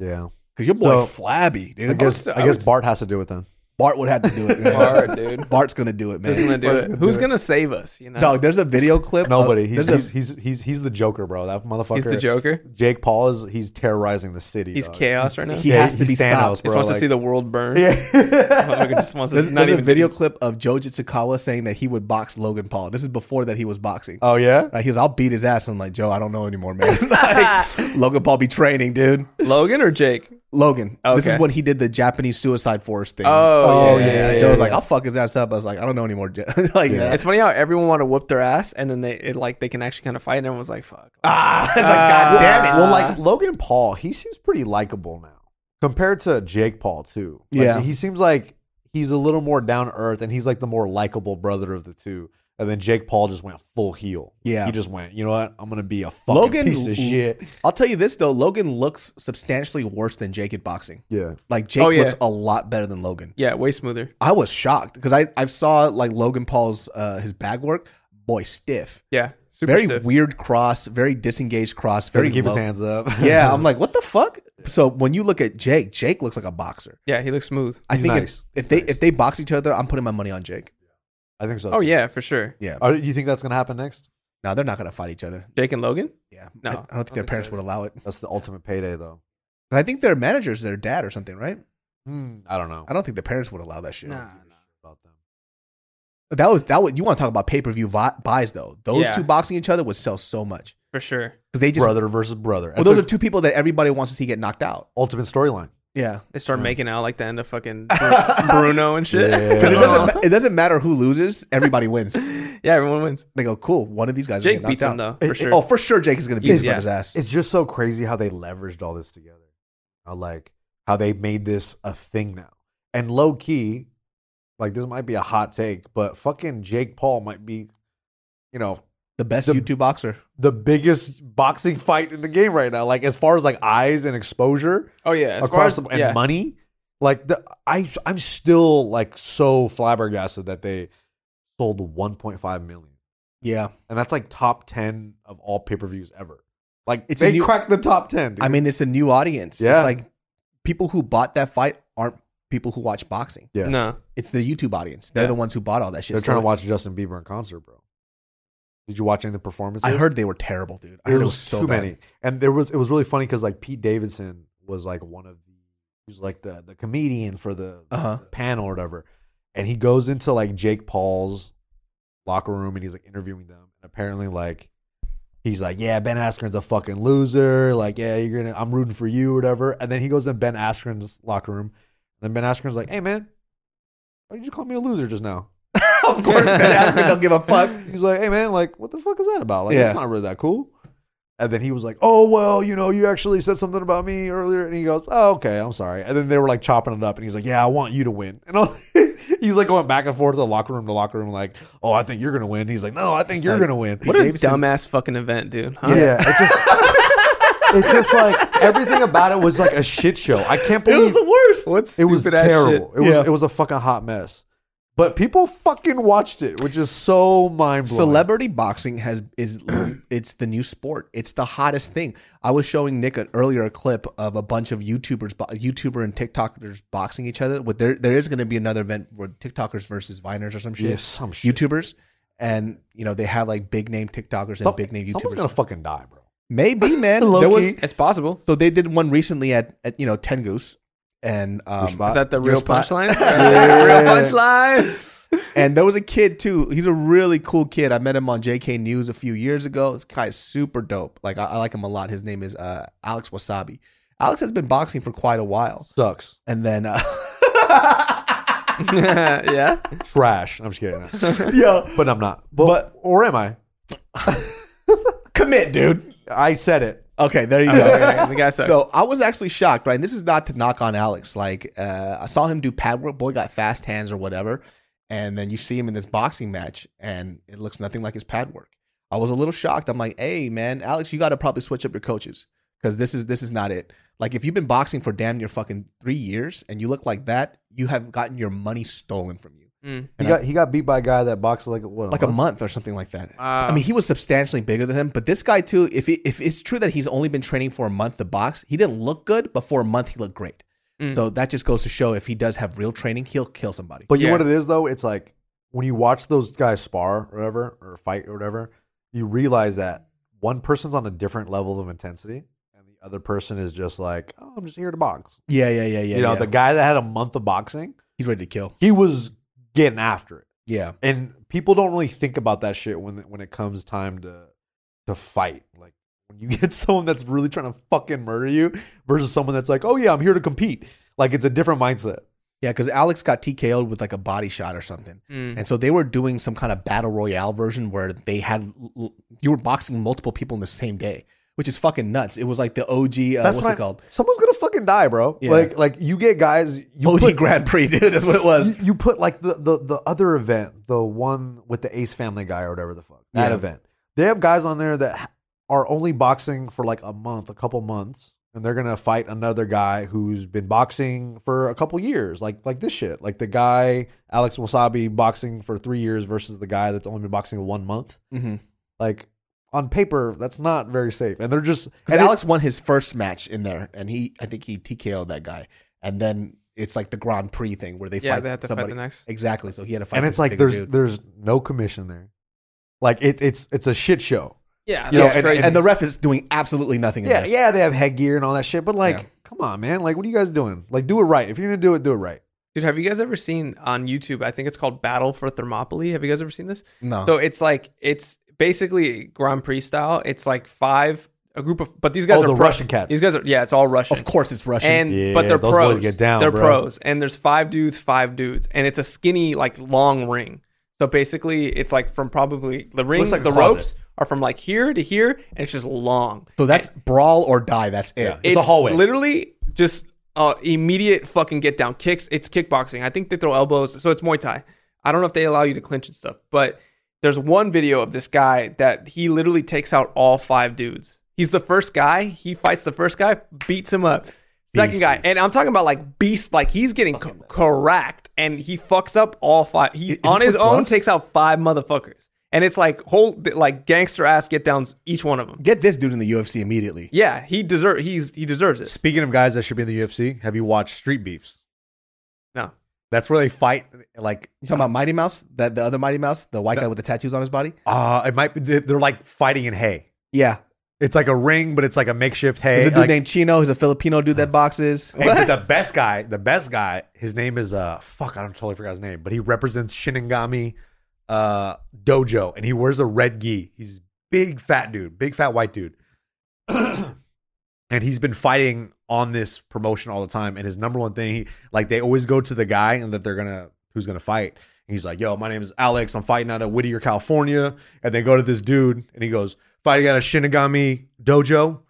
S4: Yeah.
S3: Because your boy
S4: So-
S3: flabby,
S4: I
S3: dude.
S4: guess
S2: I
S4: I guess
S2: would-
S4: Bart has to do it then.
S3: Bart would have to do it. man.
S2: Hard, dude.
S3: Bart's gonna do it, man.
S2: Who's gonna do it?
S4: Who's gonna do
S2: Who's
S4: it?
S2: gonna save us? You know,
S3: Dog, there's a video clip. of-
S4: Nobody. He's
S3: there's a-
S4: he's, he's he's he's the Joker, bro. That motherfucker.
S2: Uh, he's the Joker.
S4: Jake Paul is he's terrorizing the city.
S2: He's
S4: dog.
S2: chaos right now.
S3: he
S2: He
S4: Yeah,
S3: has to
S4: he's
S3: be
S4: Thanos,
S3: stopped.
S4: bro.
S2: wants
S4: like-
S2: to see the world burn.
S4: Yeah.
S2: Motherfucker just wants to
S3: There's,
S2: not
S3: there's
S2: even
S3: a video clip of Joji Tsakawa saying that he would box Logan Paul. This is before that he was boxing.
S4: oh yeah.
S3: Like, he was, I'll beat his ass. I'm like, Joe, I don't know anymore, man. Like, Logan Paul be training, dude.
S2: Logan or Jake.
S3: Logan. This is
S2: Okay.
S3: when he did the Japanese suicide force thing.
S2: Oh,
S4: Oh,
S2: yeah.
S4: yeah.
S3: Joe was like, I'll fuck his ass up. I was like, I don't know anymore. Joe. like, yeah.
S2: It's funny how everyone want to whoop their ass, and then they it, like they can actually kind of fight, and everyone's like, "Fuck."
S3: ah, it's like, God damn it.
S2: Uh,
S4: Well, like Logan Paul, he seems pretty likable now compared to Jake Paul too. Like,
S3: Yeah.
S4: he seems like he's a little more down to earth, and he's like the more likable brother of the two. And then Jake Paul just went full heel.
S3: Yeah.
S4: he just went. You know what? I'm gonna be a fucking
S3: Logan-
S4: piece of shit.
S3: I'll tell you this, though. Logan looks substantially worse than Jake at boxing.
S4: Yeah,
S3: Like, Jake
S2: Oh, yeah.
S3: looks a lot better than Logan.
S2: Yeah, way smoother.
S3: I was shocked because I, I saw like Logan Paul's uh, his bag work. Boy, stiff.
S2: Yeah, super
S3: Very
S2: stiff.
S3: weird cross, very disengaged cross,
S4: very
S3: very
S4: keep
S3: low.
S4: his hands up.
S3: yeah, I'm like, what the fuck? So when you look at Jake, Jake looks like a boxer.
S2: Yeah, he looks smooth.
S3: I
S4: He's
S3: think
S4: nice.
S3: if, if they if they box each other, I'm putting my money on Jake.
S4: I think so.
S2: Oh
S4: too.
S2: yeah, for sure.
S3: Yeah.
S4: Are, you think that's gonna happen next?
S3: No, they're not gonna fight each other.
S2: Jake and Logan.
S3: Yeah.
S2: No,
S3: I, I don't think their parents
S2: so.
S3: would allow it.
S4: That's the ultimate payday, though.
S3: I think their managers, their dad or something, right?
S4: Hmm, I don't know.
S3: I don't think the parents would allow that shit.
S2: Nah.
S4: about them.
S3: That was that was you want to talk about pay per view vi- buys though. Those
S2: Yeah.
S3: two boxing each other would sell so much
S2: For sure.
S3: because they just
S4: brother versus brother.
S3: well
S4: That's
S3: those are
S4: a
S3: two people that everybody wants to see get knocked out.
S4: ultimate storyline.
S3: Yeah,
S2: They start making out like the end of fucking Bru- Bruno and shit.
S4: Yeah.
S3: because it doesn't
S2: Yeah.
S3: ma- it doesn't matter who loses, everybody wins.
S2: everyone wins.
S3: They go cool. One of these guys will
S2: Jake
S3: get knocked
S2: beats him
S3: out.
S2: though, for
S4: It-
S2: sure.
S3: Oh, for sure, Jake is gonna beat
S2: Yeah.
S3: his mother's ass.
S4: It's just so crazy how they leveraged all this together. How, like how they made this a thing now. And low key, like this might be a hot take, but fucking Jake Paul might be, you know,
S3: the best
S4: the-
S3: YouTube boxer.
S4: the biggest boxing fight in the game right now. Like as far as like eyes and exposure
S2: oh yeah. As far
S4: across
S2: as
S4: the, and
S2: yeah.
S4: money. Like the I I'm still like so flabbergasted that they sold 1.5 million.
S3: Yeah,
S4: and that's like top 10 of all pay-per-views ever like
S3: It's a
S4: they
S3: new-
S4: cracked the top 10 dude.
S3: I mean it's a new audience.
S4: Yeah.
S3: It's like people who bought that fight aren't people who watch boxing.
S4: yeah
S2: No.
S3: It's the YouTube audience. They're
S4: Yeah.
S3: the ones who bought all that shit.
S4: they're trying
S3: So
S4: to watch justin bieber in concert bro did you watch any of the performances
S3: I heard they were terrible, dude. I
S4: there
S3: heard
S4: was,
S3: it was so
S4: too
S3: bad.
S4: many and there was it was really funny because like pete davidson was like one of the he was like the the comedian for the, the
S3: Uh-huh.
S4: panel or whatever and he goes into like jake paul's locker room and he's like interviewing them and apparently like he's like, yeah, Ben Askren's a fucking loser. Like, yeah, you're gonna, I'm rooting for you, or whatever. And then he goes in Ben Askren's locker room. And then Ben Askren's like, hey man, why did you call me a loser just now?
S3: of course, Ben Askren don't give a fuck.
S4: He's like, hey man, like, what the fuck is that about? Like,
S3: Yeah.
S4: that's not really that cool. And then he was like, oh well, you know, you actually said something about me earlier. And he goes, oh okay, I'm sorry. And then they were like chopping it up, and he's like, yeah, I want you to win. And all, he's like going back and forth the locker room to locker room, like, oh, I think you're gonna win. He's like, no, I think you're
S3: like-
S4: gonna win.
S2: What a
S3: Davidson-
S2: dumbass fucking event, dude. Huh?
S4: Yeah, it just it's just like everything about it was like a shit show. I can't
S2: It was
S4: believe
S2: the worst. What's
S4: it was, terrible. It was
S3: Yeah.
S4: it was a fucking hot mess. But people fucking watched it, which is so mind blowing.
S3: Celebrity boxing has is it's the new sport. It's the hottest thing. I was showing Nick an earlier clip of a bunch of YouTubers, bo- YouTuber and TikTokers boxing each other. With there, there is going to be another event where TikTokers versus Viners or some shit.
S4: yeah, some shit.
S3: YouTubers, and you know they have like big name TikTokers and
S4: Some-
S3: big name
S4: Oh, Someone's
S3: YouTubers.
S4: gonna fucking die, bro.
S3: Maybe man,
S4: Low
S3: there was
S4: key.
S2: It's possible.
S3: so they did one recently at, at you know Ten Goose, and um,
S4: spot?
S2: Is that the
S3: Your
S2: real
S3: spot.
S2: punchlines?
S4: Yeah.
S2: Real punchlines.
S3: And there was a kid too. He's a really cool kid. I met him on JK News a few years ago. This guy's super dope. Like I, I like him a lot. His name is uh, Alex Wasabi. Alex has been boxing for quite a while,
S4: Sucks.
S3: and then uh,
S2: yeah.
S4: Trash. I'm just kidding.
S3: yo,
S4: but I'm not. But, or am I?
S3: commit, dude.
S4: I said it.
S3: Okay, there you go.
S2: Okay, the guy sucks.
S3: So I was actually shocked, right? And this is not to knock on Alex. Like uh, I saw him do pad work. Boy got fast hands or whatever, and then you see him in this boxing match, and it looks nothing like his pad work. I was a little shocked. I'm like, hey man, Alex, you got to probably switch up your coaches because this is this is not it. Like if you've been boxing for damn near fucking three years and you look like that, you have gotten your money stolen from you.
S2: Mm.
S4: He got he got beat by a guy that boxed like what
S3: like a month or something like that.
S2: Wow.
S3: I mean, he was substantially bigger than him, but this guy too. If he, if it's true that he's only been training for a month to box, he didn't look good, but for a month he looked great.
S2: Mm.
S3: So that just goes to show if he does have real training, he'll kill somebody.
S4: But you
S2: Yeah.
S4: know what it is though? It's like when you watch those guys spar or whatever or fight or whatever, you realize that one person's on a different level of intensity and the other person is just like, Oh, I'm just here to box.
S3: Yeah, yeah, yeah, yeah.
S4: you know,
S3: yeah.
S4: the guy that had a month of boxing,
S3: he's ready to kill.
S4: he was getting after it.
S3: Yeah,
S4: And people don't really think about that shit when when it comes time to to fight. Like when you get someone that's really trying to fucking murder you versus someone that's like, Oh yeah, I'm here to compete. Like it's a different mindset.
S3: yeah. Because Alex got TKO'd with like a body shot or something,
S2: Mm.
S3: and so they were doing some kind of battle royale version where they had l- l- you were boxing multiple people in the same day, which is fucking nuts. It was like the OG. Uh,
S4: That's
S3: what's
S4: what
S3: it
S4: I-
S3: called?
S4: Someone's gonna fucking die, bro.
S3: Yeah.
S4: Like like you get guys Oh, you
S3: OG
S4: put,
S3: Grand Prix, dude. That's what it was.
S4: you, you put like the, the the other event, the one with the Ace Family guy or whatever the fuck. That
S3: Yeah.
S4: event. They have guys on there that ha- are only boxing for like a month, a couple months, and they're gonna fight another guy who's been boxing for a couple years, like like this shit. Like the guy Alex Wasabi boxing for three years versus the guy that's only been boxing one month.
S3: Mhm.
S4: Like on paper, that's not very safe. And they're just
S3: Because
S4: and it-
S3: Alex won his first match in there, and he, I think he TKO'd that guy, and then it's like the Grand Prix thing where they
S2: yeah,
S3: fight
S2: they have to
S3: somebody.
S2: fight the next.
S3: Exactly. So he had to fight.
S4: and
S3: this
S4: it's like
S3: bigger
S4: there's
S3: dude.
S4: there's no commission there. Like it, it's it's a shit show.
S2: Yeah,
S4: You know,
S2: that's
S4: and-
S2: crazy.
S3: and the ref is doing absolutely nothing. in
S4: Yeah,
S3: there.
S4: yeah, they have headgear and all that shit, but like,
S3: Yeah.
S4: come on, man. Like, what are you guys doing? Like, do it right. If you're gonna do it, do it right.
S2: Dude, have you guys ever seen on YouTube? I think it's called Battle for Thermopylae. Have you guys ever seen this?
S3: No.
S2: So it's like it's basically Grand Prix style. It's like five a group of but these guys
S4: Oh,
S2: are
S4: the
S2: pro-
S4: Russian cats.
S2: These guys are yeah, it's all Russian.
S3: of course it's Russian.
S2: And
S4: Yeah,
S2: but they're
S4: those
S2: pros.
S4: boys get down,
S2: they're
S4: bro.
S2: pros. And there's five dudes, five dudes, and it's a skinny like long ring. So basically, it's like from probably the ring,
S4: like a
S2: the
S4: closet.
S2: ropes are from like here to here, and it's just long.
S3: so that's brawl or die. That's it.
S4: It's a hallway.
S2: Literally, just uh, immediate fucking get down kicks. It's kickboxing. I think they throw elbows, so it's Muay Thai. I don't know if they allow you to clinch and stuff, but there's one video of this guy that he literally takes out all five dudes. He's the first guy. He fights the first guy, beats him up. Second
S3: Beast,
S2: guy, and I'm talking about like beast, like he's getting c- cracked, and he fucks up all five. He
S3: this
S2: on his
S3: with
S2: own
S3: gloves?
S2: takes out five motherfuckers, and it's like whole like gangster ass get downs each one of them.
S3: Get this dude in the UFC immediately.
S2: Yeah, he deserve he's he deserves it.
S4: Speaking of guys that should be in the UFC, have you watched Street Beefs?
S2: No.
S4: That's where they fight. Like,
S3: You talking about Mighty Mouse? That the other Mighty Mouse, the white guy with the tattoos on his body.
S4: uh it might be they- they're like fighting in hay.
S3: Yeah.
S4: It's like a ring, but it's like a makeshift hay.
S3: There's a dude
S4: like-
S3: named Chino. He's a Filipino dude that boxes.
S4: Hey, but the best guy, the best guy, his name is uh fuck, I don't totally forgot his name, but he represents Shinigami uh dojo and he wears a red gi. He's big fat dude, big fat white dude. and he's been fighting on this promotion all the time. And his number one thing, he like they always go to the guy and that they're gonna who's gonna fight. And he's like, yo, my name is Alex. I'm fighting out of Whittier, California. And they go to this dude and he goes, fighting out of Shinigami dojo.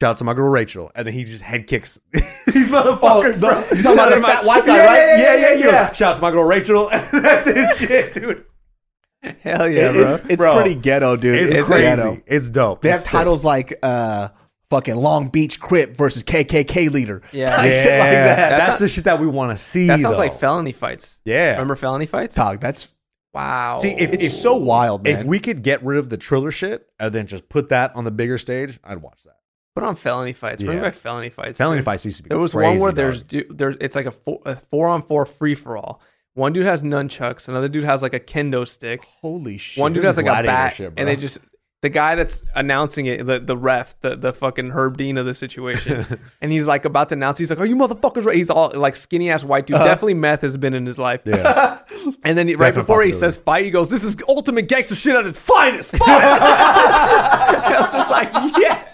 S4: Shout out to my girl Rachel. And then he just head kicks these motherfuckers.
S3: the-
S4: bro.
S3: Oh, you talking about the
S4: Shout out
S3: fat
S4: to
S3: white guy,
S4: yeah,
S3: right?
S4: Yeah,
S3: Yeah,
S4: yeah, yeah.
S3: yeah, yeah.
S4: Shout out to my girl Rachel. That's his shit, dude.
S2: Hell yeah,
S3: It-
S2: bro.
S3: it's it's
S4: Bro.
S3: pretty ghetto, dude.
S4: It's, crazy. It's dope.
S3: They
S4: It's
S3: have
S4: sick.
S3: titles like uh fucking Long Beach Crip versus KKK leader.
S2: Yeah.
S3: Like
S4: Yeah,
S3: shit like that.
S4: That's,
S2: That's
S4: the shit that we want to see.
S2: that sounds
S4: though.
S2: like felony fights.
S4: Yeah.
S2: Remember felony fights?
S3: Dog, that's
S2: Wow.
S4: See, if-
S3: it's so wild, man.
S4: If we could get rid of the Triller shit and then just put that on the bigger stage, I'd watch that.
S2: put on felony fights. What do you
S4: Yeah.
S2: mean by felony fights?
S4: Felony
S2: dude?
S4: fights used to be.
S2: There was
S4: crazy,
S2: one where
S4: dog.
S2: there's du- there's it's like a four, a four on four free for all. One dude has nunchucks, another dude has like a kendo stick.
S3: holy shit.
S2: One dude
S4: this
S2: has like
S4: is
S2: a
S4: gladiator
S2: bat,
S4: shit,
S2: and they
S4: bro.
S2: just the guy that's announcing it, the, the ref, the, the fucking Herb Dean of the situation, and he's like about to announce. He's like, "Are you motherfuckers?" Right? He's all like skinny ass white dude. Definitely meth has been in his life.
S4: Uh-huh. Yeah.
S2: And then he- right
S4: Definite
S2: before he
S4: possibility.
S2: says fight, he goes, "This is ultimate gangster shit at its finest." Fight! I was just like, "Yeah."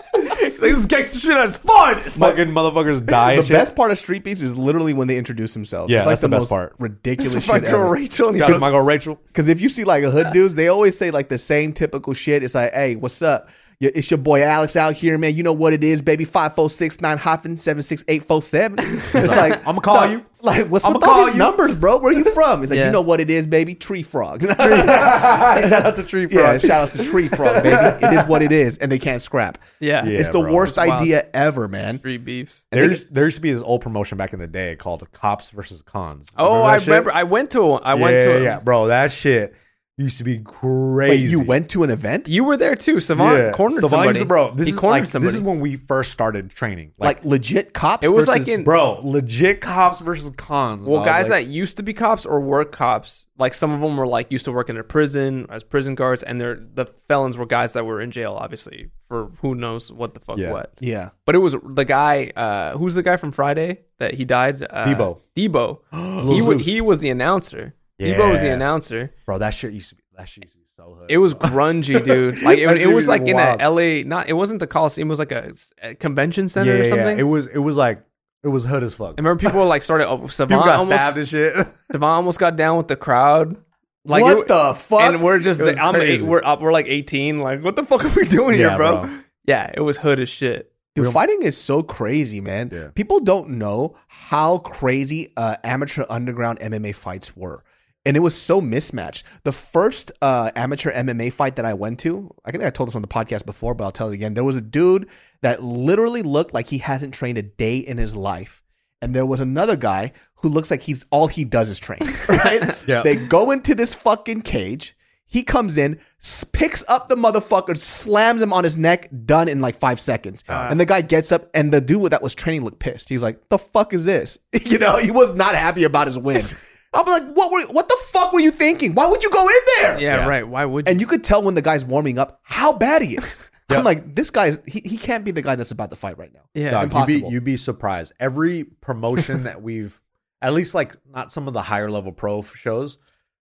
S2: He's like, "This is gangster shit at its finest."
S4: fucking motherfuckers die.
S3: the
S4: and shit.
S3: best part of Street Beefs is literally when they introduce themselves.
S4: Yeah,
S3: it's like
S4: that's the best
S3: most
S4: part.
S3: ridiculous shit
S2: Fucking
S3: ever.
S2: Rachel, and he
S4: Shout out to
S2: goes,
S4: my girl Rachel.
S3: Because if you see like hood dudes, they always say like the same typical shit. It's like, hey, what's up? Yeah, It's your boy Alex out here, man. You know what it is, baby. Five four six nine hyphen seven six eight four seven. It's like
S4: I'ma call you.
S3: Like what's
S4: I'ma
S3: with all
S4: call
S3: these
S4: you.
S3: numbers, bro? Where you from? It's like
S2: Yeah.
S3: you know what it is, baby. Tree frog.
S4: Shout out to Tree
S3: yeah,
S4: Frog.
S3: shout outs to tree frog, baby. It is what it is, and they can't scrap.
S2: Yeah.
S4: Yeah.
S3: it's the
S4: bro.
S3: worst
S2: It's wild.
S3: idea ever, man.
S2: Three beefs.
S4: There's there used to be this old promotion back in the day called Cops versus Cons.
S2: Oh, I
S4: that shit?
S2: remember. I went to one. I went to
S4: Yeah,
S2: it.
S4: yeah, bro. That shit used to be crazy.
S3: Wait, you went to an event?
S2: You were there too. Savant cornered
S4: Savant
S2: somebody.
S4: used to- bro. This
S2: he
S4: is
S2: cornered
S4: like,
S2: somebody.
S4: This is when we first started training.
S3: Like, legit cops?
S2: It was like
S3: versus-
S2: in-
S4: bro, legit cops versus cons.
S2: well,
S4: dog.
S2: guys
S4: Like,
S2: that used to be cops or were cops, like some of them were like used to work in a prison as prison guards, and they're the felons were guys that were in jail, obviously for who knows what the fuck
S4: Yeah.
S2: what.
S3: yeah.
S2: But it was the guy uh, who's the guy from Friday that he died. Uh,
S4: Debo.
S2: Debo. he, wa-
S4: Zeus.
S2: he was the announcer. Debo was the
S4: Yeah.
S2: announcer.
S4: bro, that shit used to be. That shit used to be so hood.
S2: It was grungy, dude. Like it,
S4: That
S2: it
S4: shit
S2: was
S4: was
S2: like in
S4: wild.
S2: a LA. Not it wasn't the Coliseum. It was like a, a convention center or something.
S4: It was. It was like. It was hood as fuck.
S2: I remember people like started. Oh, Savant
S4: People got
S2: almost
S4: stabbed and shit.
S2: Devon almost got down with the crowd. Like
S3: what
S2: it-
S3: the fuck?
S2: And we're just
S4: It was
S2: I'm eight,
S4: crazy.
S2: we're up we're like 18. Like what the fuck are we doing
S4: Yeah,
S2: here, bro?
S4: bro.
S2: Yeah, it was hood as shit.
S3: Dude, fighting is so crazy, man.
S4: Yeah.
S3: People don't know how crazy uh, amateur underground MMA fights were. And it was so mismatched. The first uh, amateur MMA fight that I went to, I think I told this on the podcast before, but I'll tell it again. There was a dude that literally looked like he hasn't trained a day in his life. And there was another guy who looks like he's all he does is train. Right?
S4: Yeah.
S3: They go into this fucking cage. He comes in, s- picks up the motherfucker, slams him on his neck, done in like five seconds. and the guy gets up, and the dude that was training looked pissed. He's like, "The fuck is this?" You know, he was not happy about his win. I'm like, "What were? What the fuck were you thinking? Why would you go in there?"
S2: Yeah, right. Why would you?
S3: And you could tell when the guy's warming up how bad he is. I'm like, this guy's he, he can't be the guy that's about to fight right now.
S2: yeah.
S4: Dog, You'd
S3: impossible.
S4: be, you'd be surprised. Every promotion that we've, at least like not some of the higher level pro f- shows,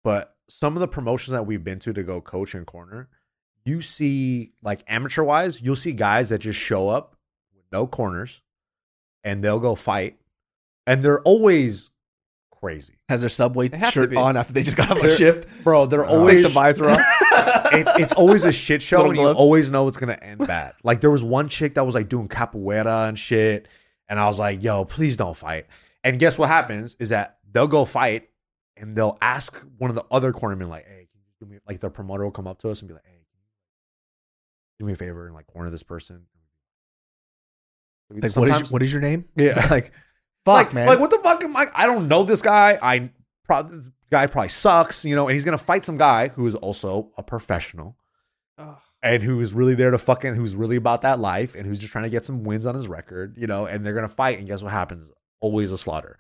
S4: but some of the promotions that we've been to to go coach and corner, you see like amateur wise, you'll see guys that just show up with no corners, and they'll go fight, and they're always crazy,
S3: Has their subway
S2: They have to
S3: shirt
S2: be.
S3: on after they just got off a
S4: They're-
S3: shift.
S4: bro. They're
S2: Take
S4: always
S2: the visor off.
S4: it's, it's always a shit show,
S2: Little
S4: and you
S2: gloves.
S4: always know it's gonna end bad. Like there was one chick that was like doing capoeira and shit, and I was like, "Yo, please don't fight." And guess what happens is that they'll go fight, and they'll ask one of the other cornermen, like, "Hey, can you do me?" Like their promoter will come up to us and be like, "Hey, do me a favor and like corner this person."
S3: Like, what is, your-
S4: Sometimes-
S3: what is your name?
S4: yeah,
S3: Like, fuck,
S4: like,
S3: man.
S4: Like, what the fuck am I? I don't know this guy. I probably this guy probably sucks, you know. And he's gonna fight some guy who is also a professional,
S2: Ugh.
S4: and who is really there to fucking, who's really about that life, and who's just trying to get some wins on his record, you know. And they're gonna fight, and guess what happens? Always a slaughter.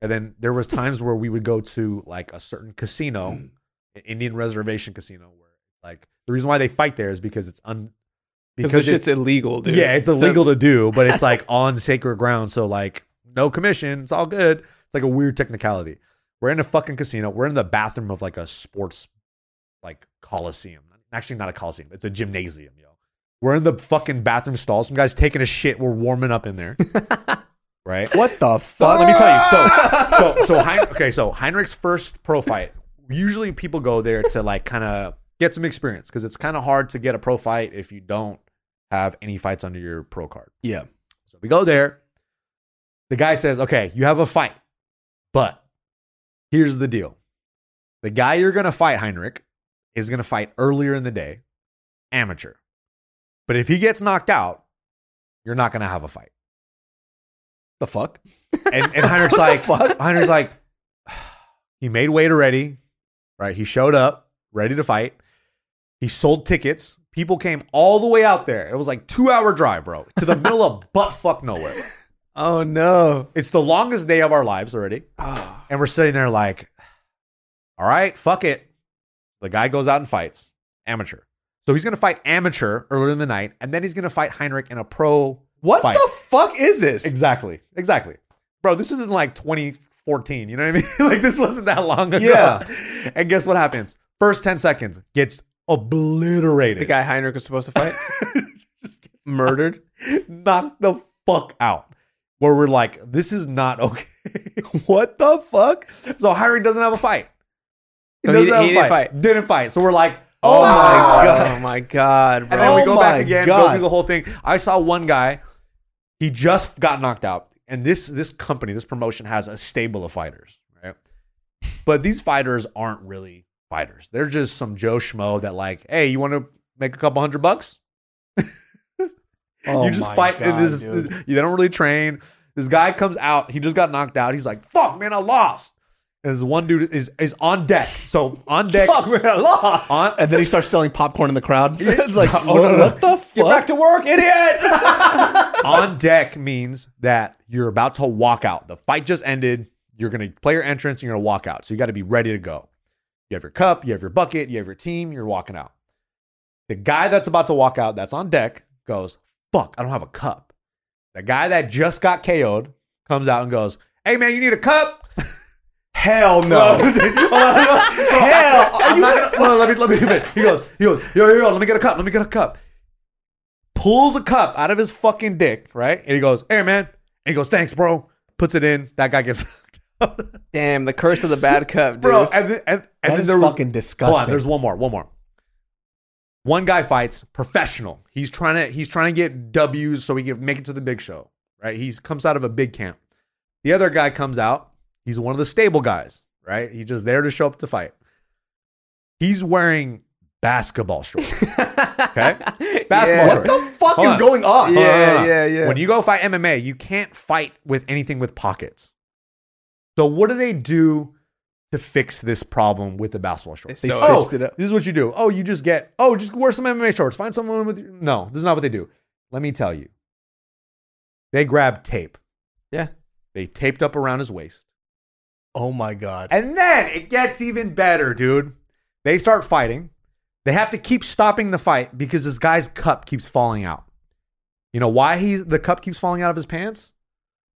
S4: And then there was times where we would go to like a certain casino, an Indian reservation casino, where like the reason why they fight there is because it's un
S2: Because this
S4: it's-
S2: shit's illegal, dude.
S4: yeah, it's illegal to do, but it's like on sacred ground, so like no commission, it's all good. It's like a weird technicality. We're in a fucking casino. We're in the bathroom of like a sports like coliseum. Actually, not a coliseum. It's a gymnasium, yo. We're in the fucking bathroom stall. Some guys taking a shit. We're warming up in there, right?
S3: what the fuck?
S4: But let me tell you. So, so, so Hein- okay. So Heinrich's first pro fight. Usually, people go there to like kind of get some experience because it's kind of hard to get a pro fight if you don't have any fights under your pro card.
S3: Yeah.
S4: So we go there. The guy says, "Okay, you have a fight, but here's the deal: the guy you're gonna fight, Heinrich, is gonna fight earlier in the day, amateur. But if he gets knocked out, you're not gonna have a fight."
S3: the fuck?
S4: And, and Heinrich's
S3: What the
S4: like,
S3: fuck?
S4: Heinrich's like, he made weight already, right? He showed up ready to fight. He sold tickets. People came all the way out there. It was like two hour drive, bro, to the middle of butt fuck nowhere.
S2: Oh no.
S4: It's the longest day of our lives already,
S2: Ah,
S4: and we're sitting there like, all right, fuck it. The guy goes out and fights amateur. So he's gonna fight amateur earlier in the night, and then he's gonna fight Heinrich in a pro.
S3: What
S4: fight.
S3: the fuck is this?
S4: Exactly. Exactly. Bro, this isn't like 2014. You know what I mean? like this wasn't that long ago.
S3: Yeah.
S4: And guess what happens? First 10 seconds gets obliterated.
S2: the guy Heinrich was supposed to fight murdered.
S4: knocked the fuck out. Where we're like, this is not okay.
S3: What the fuck?
S4: so Heinrich doesn't have a fight.
S2: So he- he didn't fight.
S4: Didn't fight. So we're like, Oh my god.
S2: Oh my god,
S4: And
S2: bro.
S4: then we
S3: Oh
S4: go
S3: my
S4: back again, go
S3: God.
S4: through the whole thing. I saw one guy, he just got knocked out, and this this company, this promotion has a stable of fighters, right? But these fighters aren't really fighters. They're just some Joe schmo that like, hey, you want to make a couple hundred bucks?
S3: Oh
S2: Oh
S4: you just
S3: my
S4: fight.
S3: God,
S4: and this,
S3: dude.
S4: you don't really train. This guy comes out. He just got knocked out. He's like, "Fuck, man, I lost." And this one dude is is on deck. So on deck,
S3: Fuck, man, I
S2: Oh,
S3: lost.
S4: on
S3: and then he starts selling popcorn in the crowd. it's like,
S4: Oh, no, no,
S3: "Wha-
S4: no.
S3: what the
S4: Get
S3: fuck?
S4: back to work, idiot! on deck means that you're about to walk out. The fight just ended. You're gonna play your entrance and you're gonna walk out. So you gotta be ready to go. You have your cup, you have your bucket, you have your team, you're walking out. The guy that's about to walk out, that's on deck, goes, Fuck, I don't have a cup. The guy that just got KO'd comes out and goes, Hey man, you need a cup?
S3: Hell no.
S4: Hell, are you? no, let me let me finish. He goes, he goes, yo, yo, yo, let me get a cup. Let me get a cup. Pulls a cup out of his fucking dick, right? And he goes, hey man. And he goes, thanks, bro. Puts it in. That guy gets,
S2: Damn, the curse of the bad cup, dude.
S4: bro. And then, and, and
S3: That
S4: then
S3: is
S4: there was
S3: fucking
S4: Hold
S3: disgusting.
S4: on, there's one more, one more. One guy fights professional. He's trying to he's trying to get W's so he can make it to the big show, right? He comes out of a big camp. The other guy comes out. He's one of the stable guys, right? He's just there to show up to fight. He's wearing basketball shorts. Okay, basketball
S2: Yeah.
S3: what
S4: shorts.
S3: the fuck
S4: Hold
S3: is
S4: on.
S3: going on?
S2: Yeah,
S4: Hold on, hold on.
S2: yeah, yeah.
S4: When you go fight MMA, you can't fight with anything with pockets. So what do they do to fix this problem with the basketball shorts?
S2: They
S4: oh,
S3: stitched it up.
S4: this is what you do. Oh, you just get. Oh, just wear some MMA shorts. Find someone with. Your, no, this is not what they do. Let me tell you. They grab tape.
S2: Yeah.
S4: They taped up around his waist.
S3: Oh my god.
S4: And then it gets even better, dude. They start fighting. They have to keep stopping the fight because this guy's cup keeps falling out. You know why he the cup keeps falling out of his pants?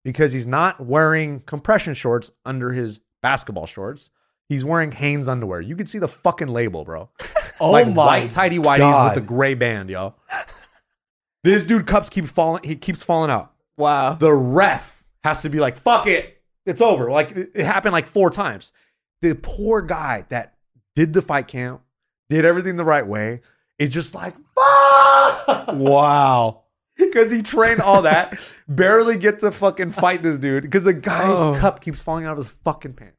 S4: Because he's not wearing compression shorts under his basketball shorts. He's wearing Hanes underwear. You can see the fucking label, bro.
S3: Oh
S4: like
S3: my
S4: white tidy whities
S3: God.
S4: with a gray band, yo. This dude cups keep falling. He keeps falling out
S2: wow.
S4: the ref has to be like, fuck it, it's over. Like it it happened like four times. The poor guy that did the fight count, did everything the right way, is just like, fuck!
S3: Wow.
S4: Because he trained all that, barely get to fucking fight this dude because the guy's
S2: Oh.
S4: cup keeps falling out of his fucking pants.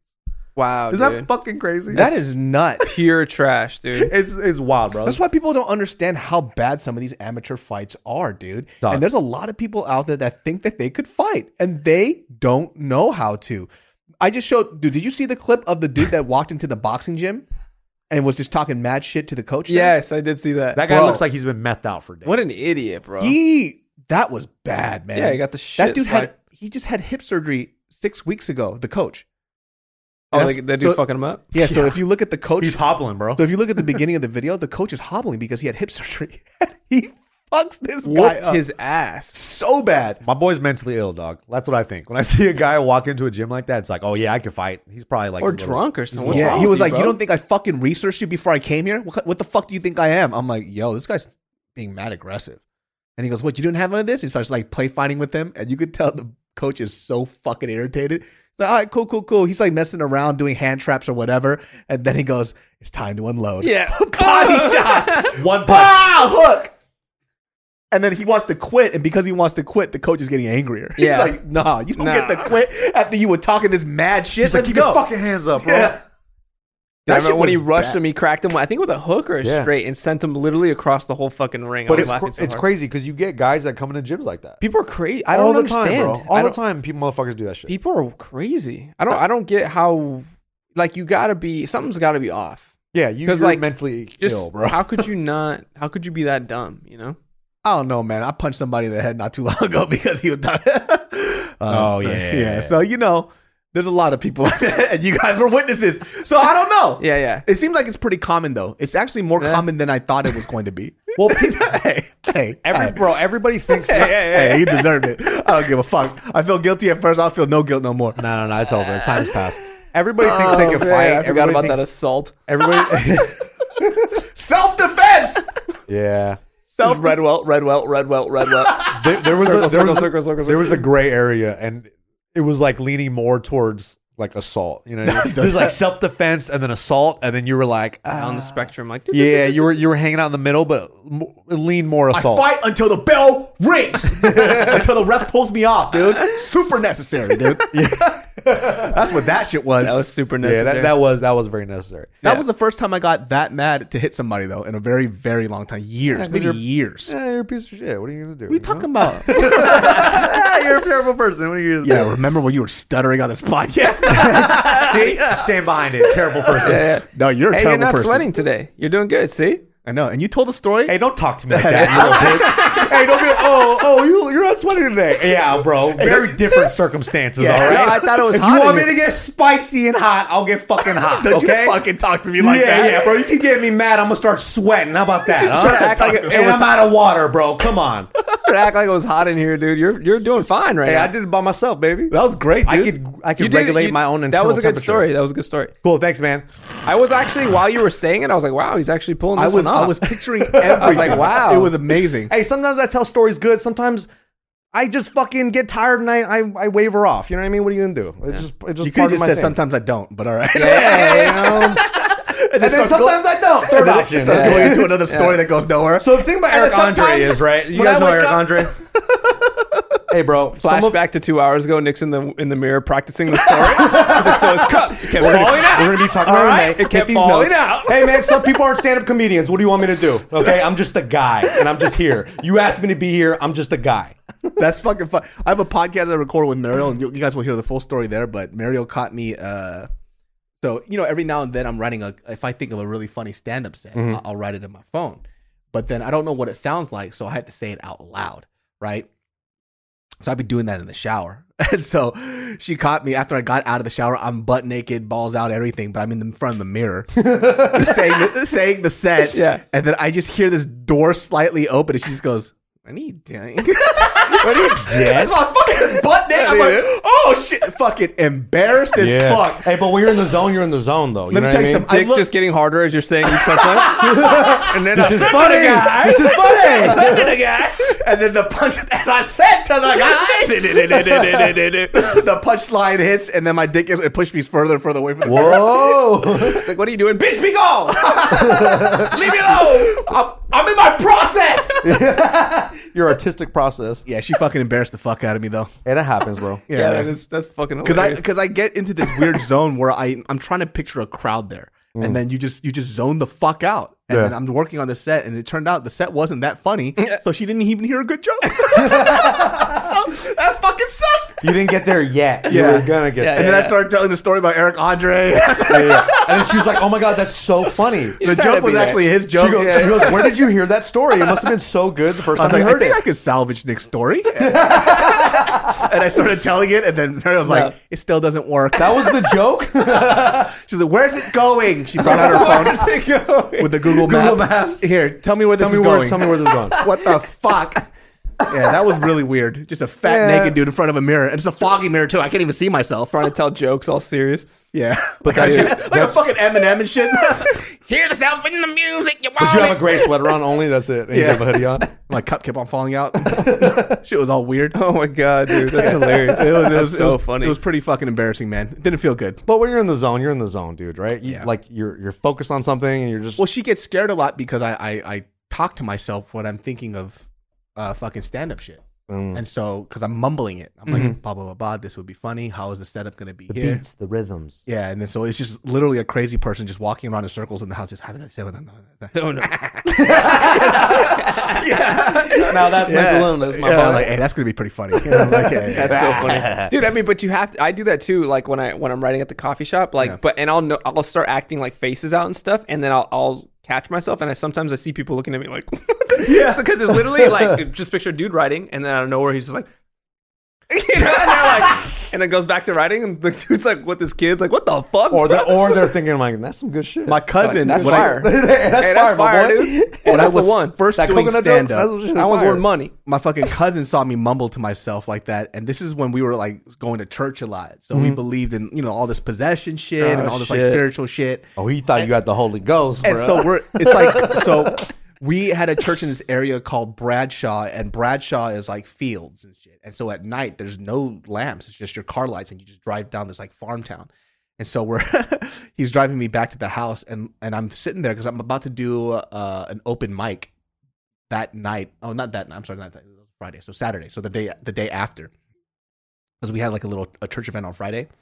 S2: Wow,
S4: Is
S2: dude.
S4: that fucking crazy?
S3: Oh, That is nuts.
S2: pure trash, dude.
S4: it's it's wild, bro.
S3: That's why people don't understand how bad some of these amateur fights are, dude.
S4: Dog.
S3: And there's a lot of people out there that think that they could fight and they don't know how to. I just showed, dude, did you see the clip of the dude that walked into the boxing gym and was just talking mad shit to the coach? there?
S2: Yes, I did see that.
S4: that guy
S3: Bro.
S4: looks like he's been methed out for days.
S2: What an idiot, bro.
S3: He, that was bad, man.
S2: Yeah, he got the
S3: That
S2: shit
S3: dude had,
S2: slapped.
S3: he just had hip surgery six weeks ago, the coach.
S2: oh,
S3: That's-
S2: like, that dude
S3: so-
S2: fucking him up.
S3: Yeah, so if you look at the coach,
S4: he's hobbling, bro.
S3: so if you look at the beginning of the video, the coach is hobbling because he had hip surgery. he fucks this guy
S2: Whooped
S3: up
S2: his ass.
S3: so bad.
S4: My boy's mentally ill, dog. That's what I think. When I see a guy walk into a gym like that, it's like, oh yeah, I can fight. He's probably like
S2: Or
S4: a little-
S2: drunk or
S4: he's a
S2: something.
S4: little-
S2: What's
S3: yeah,
S2: wrong
S3: he
S2: with
S3: was
S2: you,
S3: like, "You
S2: bro?"
S3: don't think I fucking researched you before I came here? What, what the fuck do you think I am?" I'm like, "Yo, this guy's being mad aggressive." And he goes, "What? You didn't have none of this?" He starts like play fighting with him, and you could tell the coach is so fucking irritated. He's like, "All right, cool, cool, cool." He's like messing around, doing hand traps or whatever, and then he goes, "It's time to unload."
S2: Yeah.
S3: body shot,
S4: One punch.
S3: bah, hook. And then he wants to quit, and because he wants to quit, the coach is getting angrier.
S2: Yeah.
S3: He's like, "Nah, you don't
S2: Nah.
S3: get to quit after you were talking this mad shit."
S4: He's like,
S3: Let's
S4: keep
S3: go.
S4: your fucking hands up, bro.
S3: Yeah.
S2: Damn
S3: That
S2: it,
S3: shit
S2: when he
S3: was
S2: rushed
S3: bad.
S2: him, he cracked him. I think with a hook or a
S4: Yeah.
S2: straight, and sent him literally across the whole fucking ring.
S4: But
S2: I was
S4: it's
S2: laughing
S4: cra-
S2: so
S4: it's
S2: hard.
S4: crazy because you get guys that come into gyms like that.
S2: People are crazy. I don't
S4: all the
S2: understand.
S4: time, bro.
S2: I
S4: All the
S2: don't-
S4: time, people motherfuckers do that shit.
S2: People are crazy. I don't. I don't get how. Like you gotta be. Something's gotta be off.
S4: yeah, you,
S2: 'Cause,
S4: you're
S2: like,
S4: mentally
S2: Just
S4: ill, bro.
S2: how could you not? How could you be that dumb? You know.
S3: I don't know, man. I punched somebody in the head not too long ago because he was talking. Uh,
S4: Oh, yeah.
S3: yeah. So you know, there's a lot of people, like that, and you guys were witnesses. So I don't know.
S2: Yeah, yeah.
S3: It seems like it's pretty common though. It's actually more
S2: Yeah.
S3: common than I thought it was going to be. well, hey, hey,
S4: Every
S3: hey.
S4: bro, everybody thinks. that,
S3: Hey, he deserved it. I don't give a fuck. I feel guilty at first. I'll feel no guilt no more.
S4: No, no, no, it's over. Time's passed. Everybody thinks they
S2: Oh, man,
S4: can fight.
S2: I forgot
S4: Everybody
S2: about that
S4: thinks-
S2: assault.
S4: Everybody.
S3: Self defense.
S4: yeah.
S3: Self.
S2: Red welt, red welt, red welt, red welt.
S4: There, there was
S2: Circle,
S4: a, there
S2: circle,
S4: was a-
S2: circle, circle,
S4: there was a gray area, and it was like leaning more towards like assault. You know, what I mean? there's like self defense and then assault, and then you were like ah.
S2: on the spectrum, like
S4: Yeah, you were you were hanging out in the middle, but m- lean more assault.
S3: Fight until the bell rings, until the ref pulls me off, dude. Super necessary, dude. That's what that shit was.
S2: that was super
S4: yeah,
S2: necessary.
S4: that, that was that was very necessary.
S3: That was the first time I got that mad to hit somebody though in a very very long time, years, maybe years.
S4: Yeah, Uh-huh. you're a piece of shit. What are you gonna do?
S3: We talking about?
S4: you're a terrible person. What are you gonna
S3: yeah, remember when you were stuttering on this podcast?
S4: See, stand behind it. Terrible person.
S3: no, you're a
S2: hey, you're
S3: terrible
S2: not
S3: person.
S2: sweating today. You're doing good. See,
S3: I know, and you told the story.
S4: Hey, don't talk to me like that, you little bitch. Hey, don't be. Oh, oh, you you're not sweating today. Yeah, bro. Very different circumstances. All right.
S2: No, I thought it was
S4: If
S2: hot
S4: you
S2: in
S4: want me
S2: here.
S4: to get spicy and hot, I'll get fucking hot.
S3: Don't you
S4: okay.
S3: fucking talk to me like
S4: yeah,
S3: that.
S4: yeah, bro. You can get me mad. I'm gonna start sweating. How about that? huh?
S2: Start acting like it- it
S4: and
S2: was-
S4: I'm out of water, bro. Come on.
S2: you act like it was hot in here, dude. You're you're doing fine right
S4: Hey,
S2: now.
S4: I did it by myself, baby.
S3: That was great,
S4: I
S3: dude.
S4: could I
S2: You
S4: could
S2: did it.
S4: regulate
S2: You-
S4: my own internal
S2: That was a good
S4: temperature.
S2: story. That was a good story.
S4: Cool, thanks, man.
S2: I was actually while you were saying it, I was like, wow, he's actually pulling
S3: I
S2: this
S3: was
S2: one off.
S3: I was picturing everything.
S2: I was like, wow.
S3: it was amazing.
S4: Hey, sometimes I tell stories good. Sometimes I just fucking get tired and I I, I waver off. You know what I mean? What are you gonna do? It's just it's just
S3: You could
S4: part
S3: have
S4: of
S3: just
S4: my
S3: said
S4: thing.
S3: sometimes I don't, but all right.
S2: Yeah, you know?
S4: and then sometimes I don't. Third option.
S3: So it's going into another story that goes nowhere.
S4: So the thing about
S3: And
S4: Eric
S3: then
S4: Andre
S3: sometimes-
S4: is right. You
S3: when I
S4: guys know
S3: wake
S4: Eric
S3: up-
S4: Andre. hey, bro. some of-
S2: Flashback to two hours ago, Nick's in the in the mirror practicing the story. I was like, so his cup kept
S4: We're
S2: falling
S4: gonna,
S2: out.
S4: we're gonna be talking
S2: All
S4: about
S2: right,
S4: it.
S2: it kept falling out.
S4: Hey man, some people aren't stand-up comedians. What do you want me to do? Okay, I'm just a guy, and I'm just here. You asked me to be here. I'm just a guy.
S3: That's fucking fun. I have a podcast I record with Mariel, and you you guys will hear the full story there. But Mariel caught me. Uh, so you know, every now and then I'm writing a. If I think of a really funny stand-up set, I'll, I'll write it in my phone. But then I don't know what it sounds like, so I have to say it out loud, right? So I'd be doing that in the shower. And so she caught me after I got out of the shower. I'm butt naked, balls out, everything, but I'm in the front of the mirror saying, the, saying the set.
S2: Yeah.
S3: And then I just hear this door slightly open and she just goes, What are you doing?
S2: What are you
S3: That's my fucking butt naked. I'm like, oh shit, fucking embarrassed as fuck.
S4: Hey, but when you're in the zone, you're in the zone though.
S3: Let me tell you
S4: some.
S3: something. I
S2: Dick
S3: look-
S2: just getting harder as you're saying these punchlines. and then
S4: This is funny. This is funny.
S2: funny, guys.
S3: And then the punch, as I said to the guy, the punchline hits, and then my dick is, it pushed me further and further away from the
S4: Whoa.
S2: Like, what are you doing? Bitch, be gone. Leave me alone.
S3: I'm, I'm in my process.
S4: Your artistic process.
S3: yeah, she fucking embarrassed the fuck out of me though.
S4: And it happens, bro.
S3: Yeah,
S2: Yeah,
S3: man.
S2: that is, that's fucking
S3: because I
S2: hilarious.
S3: because I get into this weird zone where I I'm trying to picture a crowd there,
S2: Mm.
S3: and then you just you just zone the fuck out. And
S4: Yeah.
S3: then I'm working on the set, and it turned out the set wasn't that funny, so she didn't even hear a good joke. So, that fucking sucked.
S4: You didn't get there
S3: Yeah.
S4: yet. You were gonna
S2: Yeah,
S4: get there.
S3: And then I
S2: yeah.
S3: started telling the story about Eric Andre.
S4: Yeah, yeah. And then she's like, "Oh my god, that's so funny."
S3: the
S2: just had to
S3: joke was
S2: be there.
S3: actually his joke.
S4: She goes, she goes, "Where did you hear that story? It must have been so good the first
S3: I was
S4: time
S3: like,
S4: you
S3: I
S4: heard
S3: think
S4: it."
S3: I could salvage Nick's story. and I started telling it, and then Mary was like,
S2: Yeah.
S3: it still doesn't work.
S4: that was the joke.
S3: She's like, where's it going? She brought out her phone.
S2: Where does it go?
S3: with the Google,
S4: Google
S3: map.
S4: Maps.
S3: Here, tell me where this
S4: tell me
S3: is
S4: where.
S3: going.
S4: Tell me where this is going.
S3: what the fuck? Yeah, that was really weird. Just a fat
S4: Yeah.
S3: naked dude in front of a mirror, and it's a foggy mirror too. I can't even see myself.
S2: trying to tell jokes all serious.
S3: Yeah, but
S4: that-
S3: like, like a fucking Eminem and shit. Hear the sound in the music. You
S4: But
S3: want
S4: you have a gray sweater on only. That's it.
S3: Yeah.
S4: And you have a hoodie on.
S3: My cup kept on falling out. shit was all weird.
S2: Oh my god, dude, that's hilarious.
S3: It was, it
S2: That's
S3: was
S2: so
S3: it was,
S2: funny.
S3: It was pretty fucking embarrassing, man. It didn't feel good.
S4: But when you're in the zone, you're in the zone, dude. Right? You,
S3: Yeah.
S4: Like you're you're focused on something, and you're just
S3: Well, she gets scared a lot because I I, I talk to myself when I'm thinking of uh, fucking stand up shit.
S4: Mm. Mm-hmm.
S3: And so, because I'm mumbling it, I'm like, blah, blah, blah, blah, this would be funny. How is the setup going to be
S4: the
S3: here?
S4: beats, the rhythms.
S3: Yeah. And then, so it's just literally a crazy person just walking around in circles in the house. Just, how does that sound?
S2: Don't know.
S4: Now that's
S2: Yeah.
S4: mental illness, my
S3: Yeah,
S4: brother.
S3: like, hey, that's going to be pretty funny. You know, like, yeah, yeah.
S2: That's so funny, dude. I mean, but you have to. I do that too. Like when I when I'm writing at the coffee shop, like, but and I'll know I'll start acting like faces out and stuff, and then I'll I'll catch myself, and I sometimes I see people looking at me like, yeah, because it's literally like just picture a dude writing, and then I don't know where he's just like. you know, and they're like, and then goes back to writing, and the dude's like, "What this kid's like? What the fuck?" bro?"
S4: Or they're or they're thinking like that's some good shit.
S3: My cousin,
S2: That's
S3: when I-
S2: fire.
S4: Hey,
S2: Hey,
S4: that's
S2: that's
S4: fire, my
S2: fire,
S4: boy.
S2: dude.
S3: when
S2: that's
S3: I was
S2: the one.
S3: first
S4: That
S3: doing
S4: coconut
S3: stand
S4: joke,
S3: up,
S4: that's what she-
S2: I once
S4: fire.
S2: won money.
S3: my fucking cousin saw me mumble to myself like that. And this is when we were like going to church a lot. So we believed in, you know, all this possession shit and
S2: Oh,
S3: all this like
S2: shit.
S3: spiritual shit.
S4: Oh, he thought you had the Holy Ghost, bro.
S3: And so we're it's like so we had a church in this area called Bradshaw, and Bradshaw is like fields and shit. And so at night, there's no lamps; it's just your car lights, and you just drive down this like farm town. And so we're he's driving me back to the house, and and I'm sitting there because I'm about to do uh, an open mic that night. Oh, not that night. I'm sorry, not that. It was Friday, so Saturday, so the day the day after, because we had like a little a church event on Friday.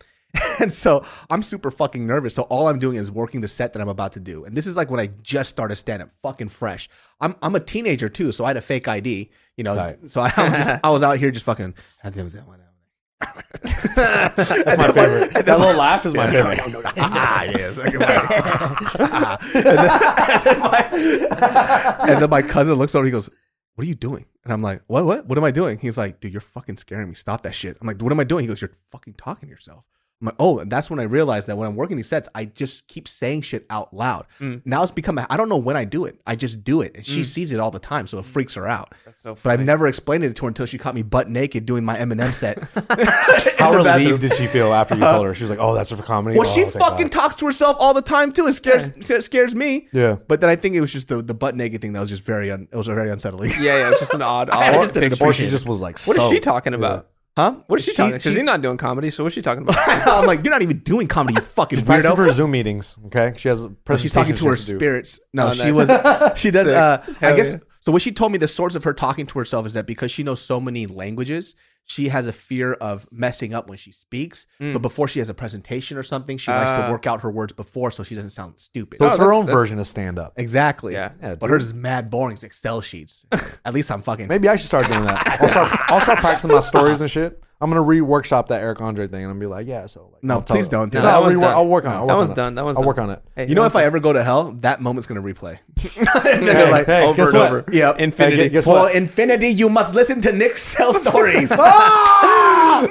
S3: And so I'm super fucking nervous. So all I'm doing is working the set that I'm about to do. And this is like when I just started stand up, fucking fresh. I'm I'm a teenager too, so I had a fake ID, you know.
S4: Right.
S3: So I was just I was out here just fucking. That's
S4: That's my favorite. That little laugh is my favorite.
S3: Ah, yes. I can- ah. and, then, my, and then my cousin looks over. He goes, "What are you doing?" And I'm like, "What? What? What am I doing?" He's like, "Dude, you're fucking scaring me. Stop that shit." I'm like, "What am I doing?" He goes, "You're fucking talking to yourself." I'm like, "Oh," and that's when I realized that when I'm working these sets, I just keep saying shit out loud.
S2: Mm.
S3: Now it's become. A, I don't know when I do it. I just do it, and she sees it all the time, so it freaks her out.
S2: Mm. That's so
S3: But I've
S2: funny.
S3: never explained it to her until she caught me butt naked doing my Eminem set. In
S4: How
S3: the
S4: relieved
S3: bathroom.
S4: did she feel after you told her? She was like, "Oh, that's for comedy."
S3: Well,
S4: Oh,
S3: she
S4: thank
S3: fucking
S4: God.
S3: talks to herself all the time too. It scares it scares me.
S4: Yeah.
S3: But then I think it was just the, the butt naked thing that was just very un, it was very unsettling.
S2: yeah, yeah, it's just an odd. odd
S3: I just didn't
S2: picture.
S4: or
S3: appreciate
S4: she just was like,
S2: What is she
S4: soaked.
S2: talking about?
S3: Huh?
S2: What is she, talking? Because you're not doing comedy, so what's she talking about?
S3: I'm like, you're not even doing comedy, you fucking
S4: Practicing
S3: weirdo.
S4: for her Zoom meetings. Okay, she has.
S3: She's talking
S4: presentations
S3: to her
S4: she has do.
S3: spirits. No,
S2: Oh,
S3: she
S2: nice.
S3: was she does
S2: Sick.
S3: uh I
S2: Hell
S3: guess
S2: yeah.
S3: so what she told me the source of her talking to herself is that because she knows so many languages, she has a fear of messing up when she speaks. But before she has a presentation or something, she likes to
S2: Mm. Ah.
S3: work out her words before so she doesn't sound stupid.
S4: So it's her
S2: that's-
S4: own
S2: that's-
S4: version of stand up.
S3: Exactly.
S2: Yeah.
S4: Yeah,
S3: but
S4: dude.
S3: hers is mad boring. It's Excel sheets. At least I'm fucking.
S4: Maybe I should start doing that. I'll start, I'll start practicing my stories and shit. I'm gonna re-workshop that Eric Andre thing, and I'll be like, yeah. So like,
S3: No,
S4: I'll tell
S3: please
S4: her-
S3: don't do
S4: No,
S3: that.
S2: That
S4: I'll,
S2: one's
S4: rework-
S2: done.
S4: I'll work on it.
S2: That
S4: I'll work
S2: one's
S4: on
S2: done. That one's
S4: I'll
S2: done.
S4: work on it.
S2: Hey, um,
S3: You know, if I ever go to hell, that moment's gonna replay.
S4: Hey,
S2: like,
S3: "Oh,
S4: hey,
S2: over
S4: guess
S2: and
S4: what?
S2: over.
S3: Yeah.
S2: Infinity.
S4: Hey, guess
S3: For
S4: what?
S3: infinity, you must listen to Nick's cell stories.
S2: Ah!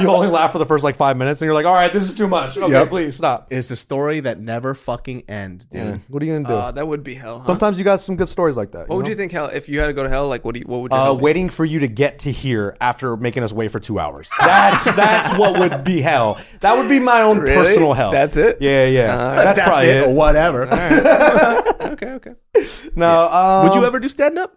S4: you only laugh for the first like five minutes, and you're like, all right, this is too much. Okay,
S3: Yep.
S4: please stop.
S3: it's a story that never fucking ends, dude.
S4: Yeah. What are you gonna do?
S2: Uh, that would be hell. Huh?
S4: Sometimes you got some good stories like that.
S2: what would
S4: know?
S2: you think hell if you had to go to hell? Like, what do you, what would you?
S4: Uh, waiting for you to get to here after making us wait for two hours. That's that's what would be hell. That would be my own
S2: Really?
S4: personal hell.
S2: That's it?
S4: Yeah, yeah.
S2: Uh,
S4: that's,
S3: That's
S4: probably
S3: it,
S4: it.
S3: or whatever.
S2: okay, okay.
S4: No, um,
S3: Would you ever do stand up?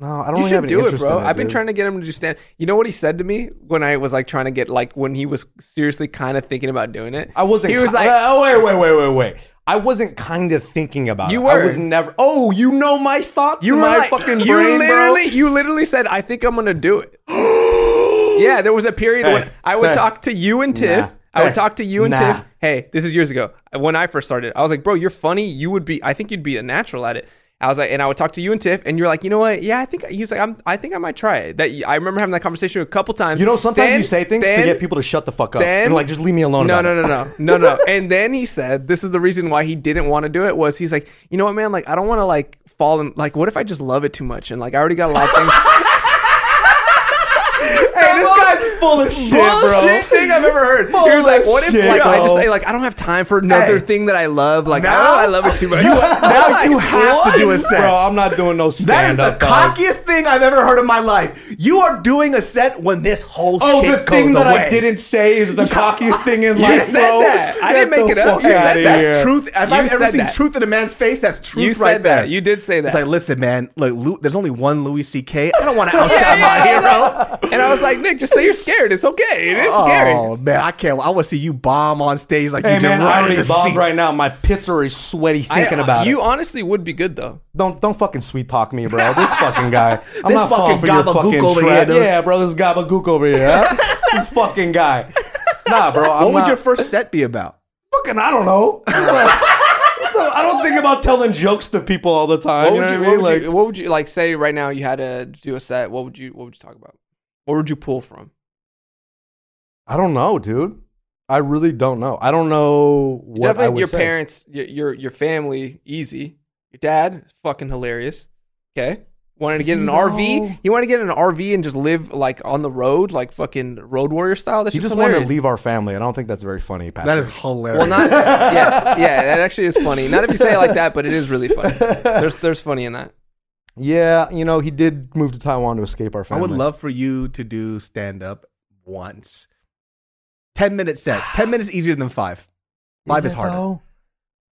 S4: No, I don't
S2: You
S4: really have
S2: should
S4: any
S2: do it,
S4: interest
S2: bro.
S4: in
S2: I've been
S4: dude.
S2: trying to get him to just stand. You know what he said to me when I was like trying to get like when he was seriously kind of thinking about doing it.
S4: I wasn't.
S2: He was
S4: ki-
S2: like,
S4: oh wait, wait, wait, wait, wait. I wasn't kind of thinking about
S2: You
S4: it. I
S2: were.
S4: was never. Oh, you know my thoughts. in
S2: were
S4: my
S2: like-
S4: fucking
S2: you
S4: brain, bro.
S2: literally, You literally said, "I think I'm gonna do it." yeah, there was a period
S4: Hey,
S2: when I would
S4: hey.
S2: talk to you and Tiff.
S4: Nah.
S2: I
S4: Hey,
S2: would talk to you and
S4: nah.
S2: Tiff. Hey, this is years ago when I first started. I was like, "Bro, you're funny. You would be. I think you'd be a natural at it." I was like, and I would talk to you and Tiff, and you're like, you know what? Yeah, I think he was like, I'm, I think I might try it. That I remember having that conversation a couple times.
S4: You know, sometimes
S2: Then-
S4: you say things to
S2: then-
S4: get people to shut the fuck up
S2: then
S4: and like just leave me alone.
S2: No,
S4: about
S2: no,
S4: it.
S2: no, no, no, no. And then he said, "This is the reason why he didn't want to do it." Was he's like, you know what, man? Like, I don't want to like fall in. Like, what if I just love it too much and like I already got a lot of things.
S4: Hey, this guy's full of shit, bro.
S2: Bullshit thing I've ever heard. he was like,
S4: of
S2: "What if
S4: shit,
S2: like I
S4: bro.
S2: just say like I don't have time for another thing that I love? Like, I don't- I love it too much."
S4: now you
S3: have to do a set.
S4: Bro, I'm not doing no stand
S3: That is
S4: up.
S3: the cockiest thing I've ever heard in my life. You are doing a set when this whole
S4: Oh,
S3: shit
S4: the
S3: goes
S4: thing that
S3: away.
S4: I didn't say is the cockiest thing in life.
S2: said
S4: bro.
S2: that. I didn't
S4: Get
S2: make
S4: the
S2: it up.
S4: fuck
S2: You said
S4: outta
S2: that.
S3: That's
S4: here.
S3: truth. If
S2: You
S3: I've ever
S2: said
S3: seen
S2: that.
S3: truth in a man's face, that's truth
S2: You
S3: right
S2: said
S3: there.
S2: that. You did say that.
S3: It's like, listen, man. Like, Lu- there's only one Louis C.K. I don't want to outside
S2: Yeah,
S3: my
S2: yeah,
S3: hero.
S2: yeah. And I was like, Nick, just say you're scared. It's okay. It is scary.
S3: Oh man, I can't. I want to see you bomb on stage like
S4: Hey
S3: you
S4: man, I already
S3: derided the
S4: bombed
S3: seat.
S4: right now. My pits are already sweaty thinking about
S2: you
S4: it.
S2: honestly would be good though.
S4: uh, Don't don't fucking sweet talk me, bro. This fucking guy. I'm
S3: This
S4: not
S3: fucking
S4: falling for your
S3: gabagook
S4: fucking
S3: over here,
S4: trap.
S3: dude.
S4: yeah, bro. This gabagook over here. huh? this fucking guy. Nah, bro. I'm
S3: What would
S4: not-
S3: your first set be about?
S4: fucking I don't know. I don't think about telling jokes to people all the time.
S2: What
S4: you
S2: would
S4: know
S2: you,
S4: what I
S2: what
S4: mean?
S2: would
S4: Like,
S2: you, what would you like say right now? You had to do a set. What would you, what would you talk about? What would you pull from?
S4: I don't know, dude. I really don't know. I don't know what I
S2: Definitely
S4: would
S2: your
S4: say.
S2: parents, your, your your family, easy. Your dad, fucking hilarious. Okay, wanted to get an
S4: No.
S2: RV. He wanted to get an RV and just live like on the road, like fucking road warrior style. That's
S4: You
S2: just
S4: just want to
S2: hilarious.
S4: leave our family. I don't think that's very funny, Patrick.
S3: That is hilarious.
S2: Well, not yeah, yeah. That actually is funny. Not if you say it like that, but it is really funny. There's there's funny in that.
S4: yeah, you know, he did move to Taiwan to escape our
S3: I
S4: family.
S3: would love for you to do stand up once. Ten minute set. Ten minutes easier than five. Five is,
S4: it,
S3: harder.
S4: though?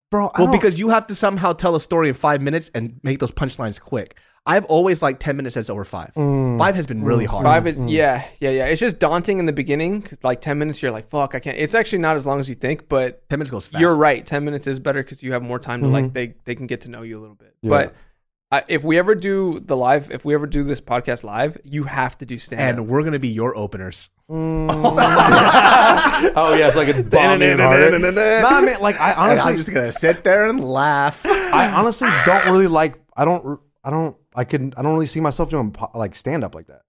S4: bro. I
S3: Well,
S4: don't-
S3: because you have to somehow tell a story in five minutes and make those punchlines quick. I've always liked ten minutes as over five.
S4: Mm.
S3: Five has been really hard.
S2: Five is yeah, yeah, yeah. It's just daunting in the beginning. 'cause, Like ten minutes, you're like, fuck, I can't. It's actually not as long as you think, but
S3: ten minutes goes fast.
S2: you're right. Ten minutes is better because you have more time to like they they can get to know you a little bit. But I, if we ever do the live, if we ever do this podcast live, you have to do stand up.
S3: and we're gonna be your openers.
S4: oh yeah, it's like a bomb in harder. No, I mean, like I
S3: And
S4: honestly,
S3: I'm just gonna sit there and laugh.
S4: I honestly don't really like. I don't. I don't. I could. I don't really see myself doing po- like stand up like that.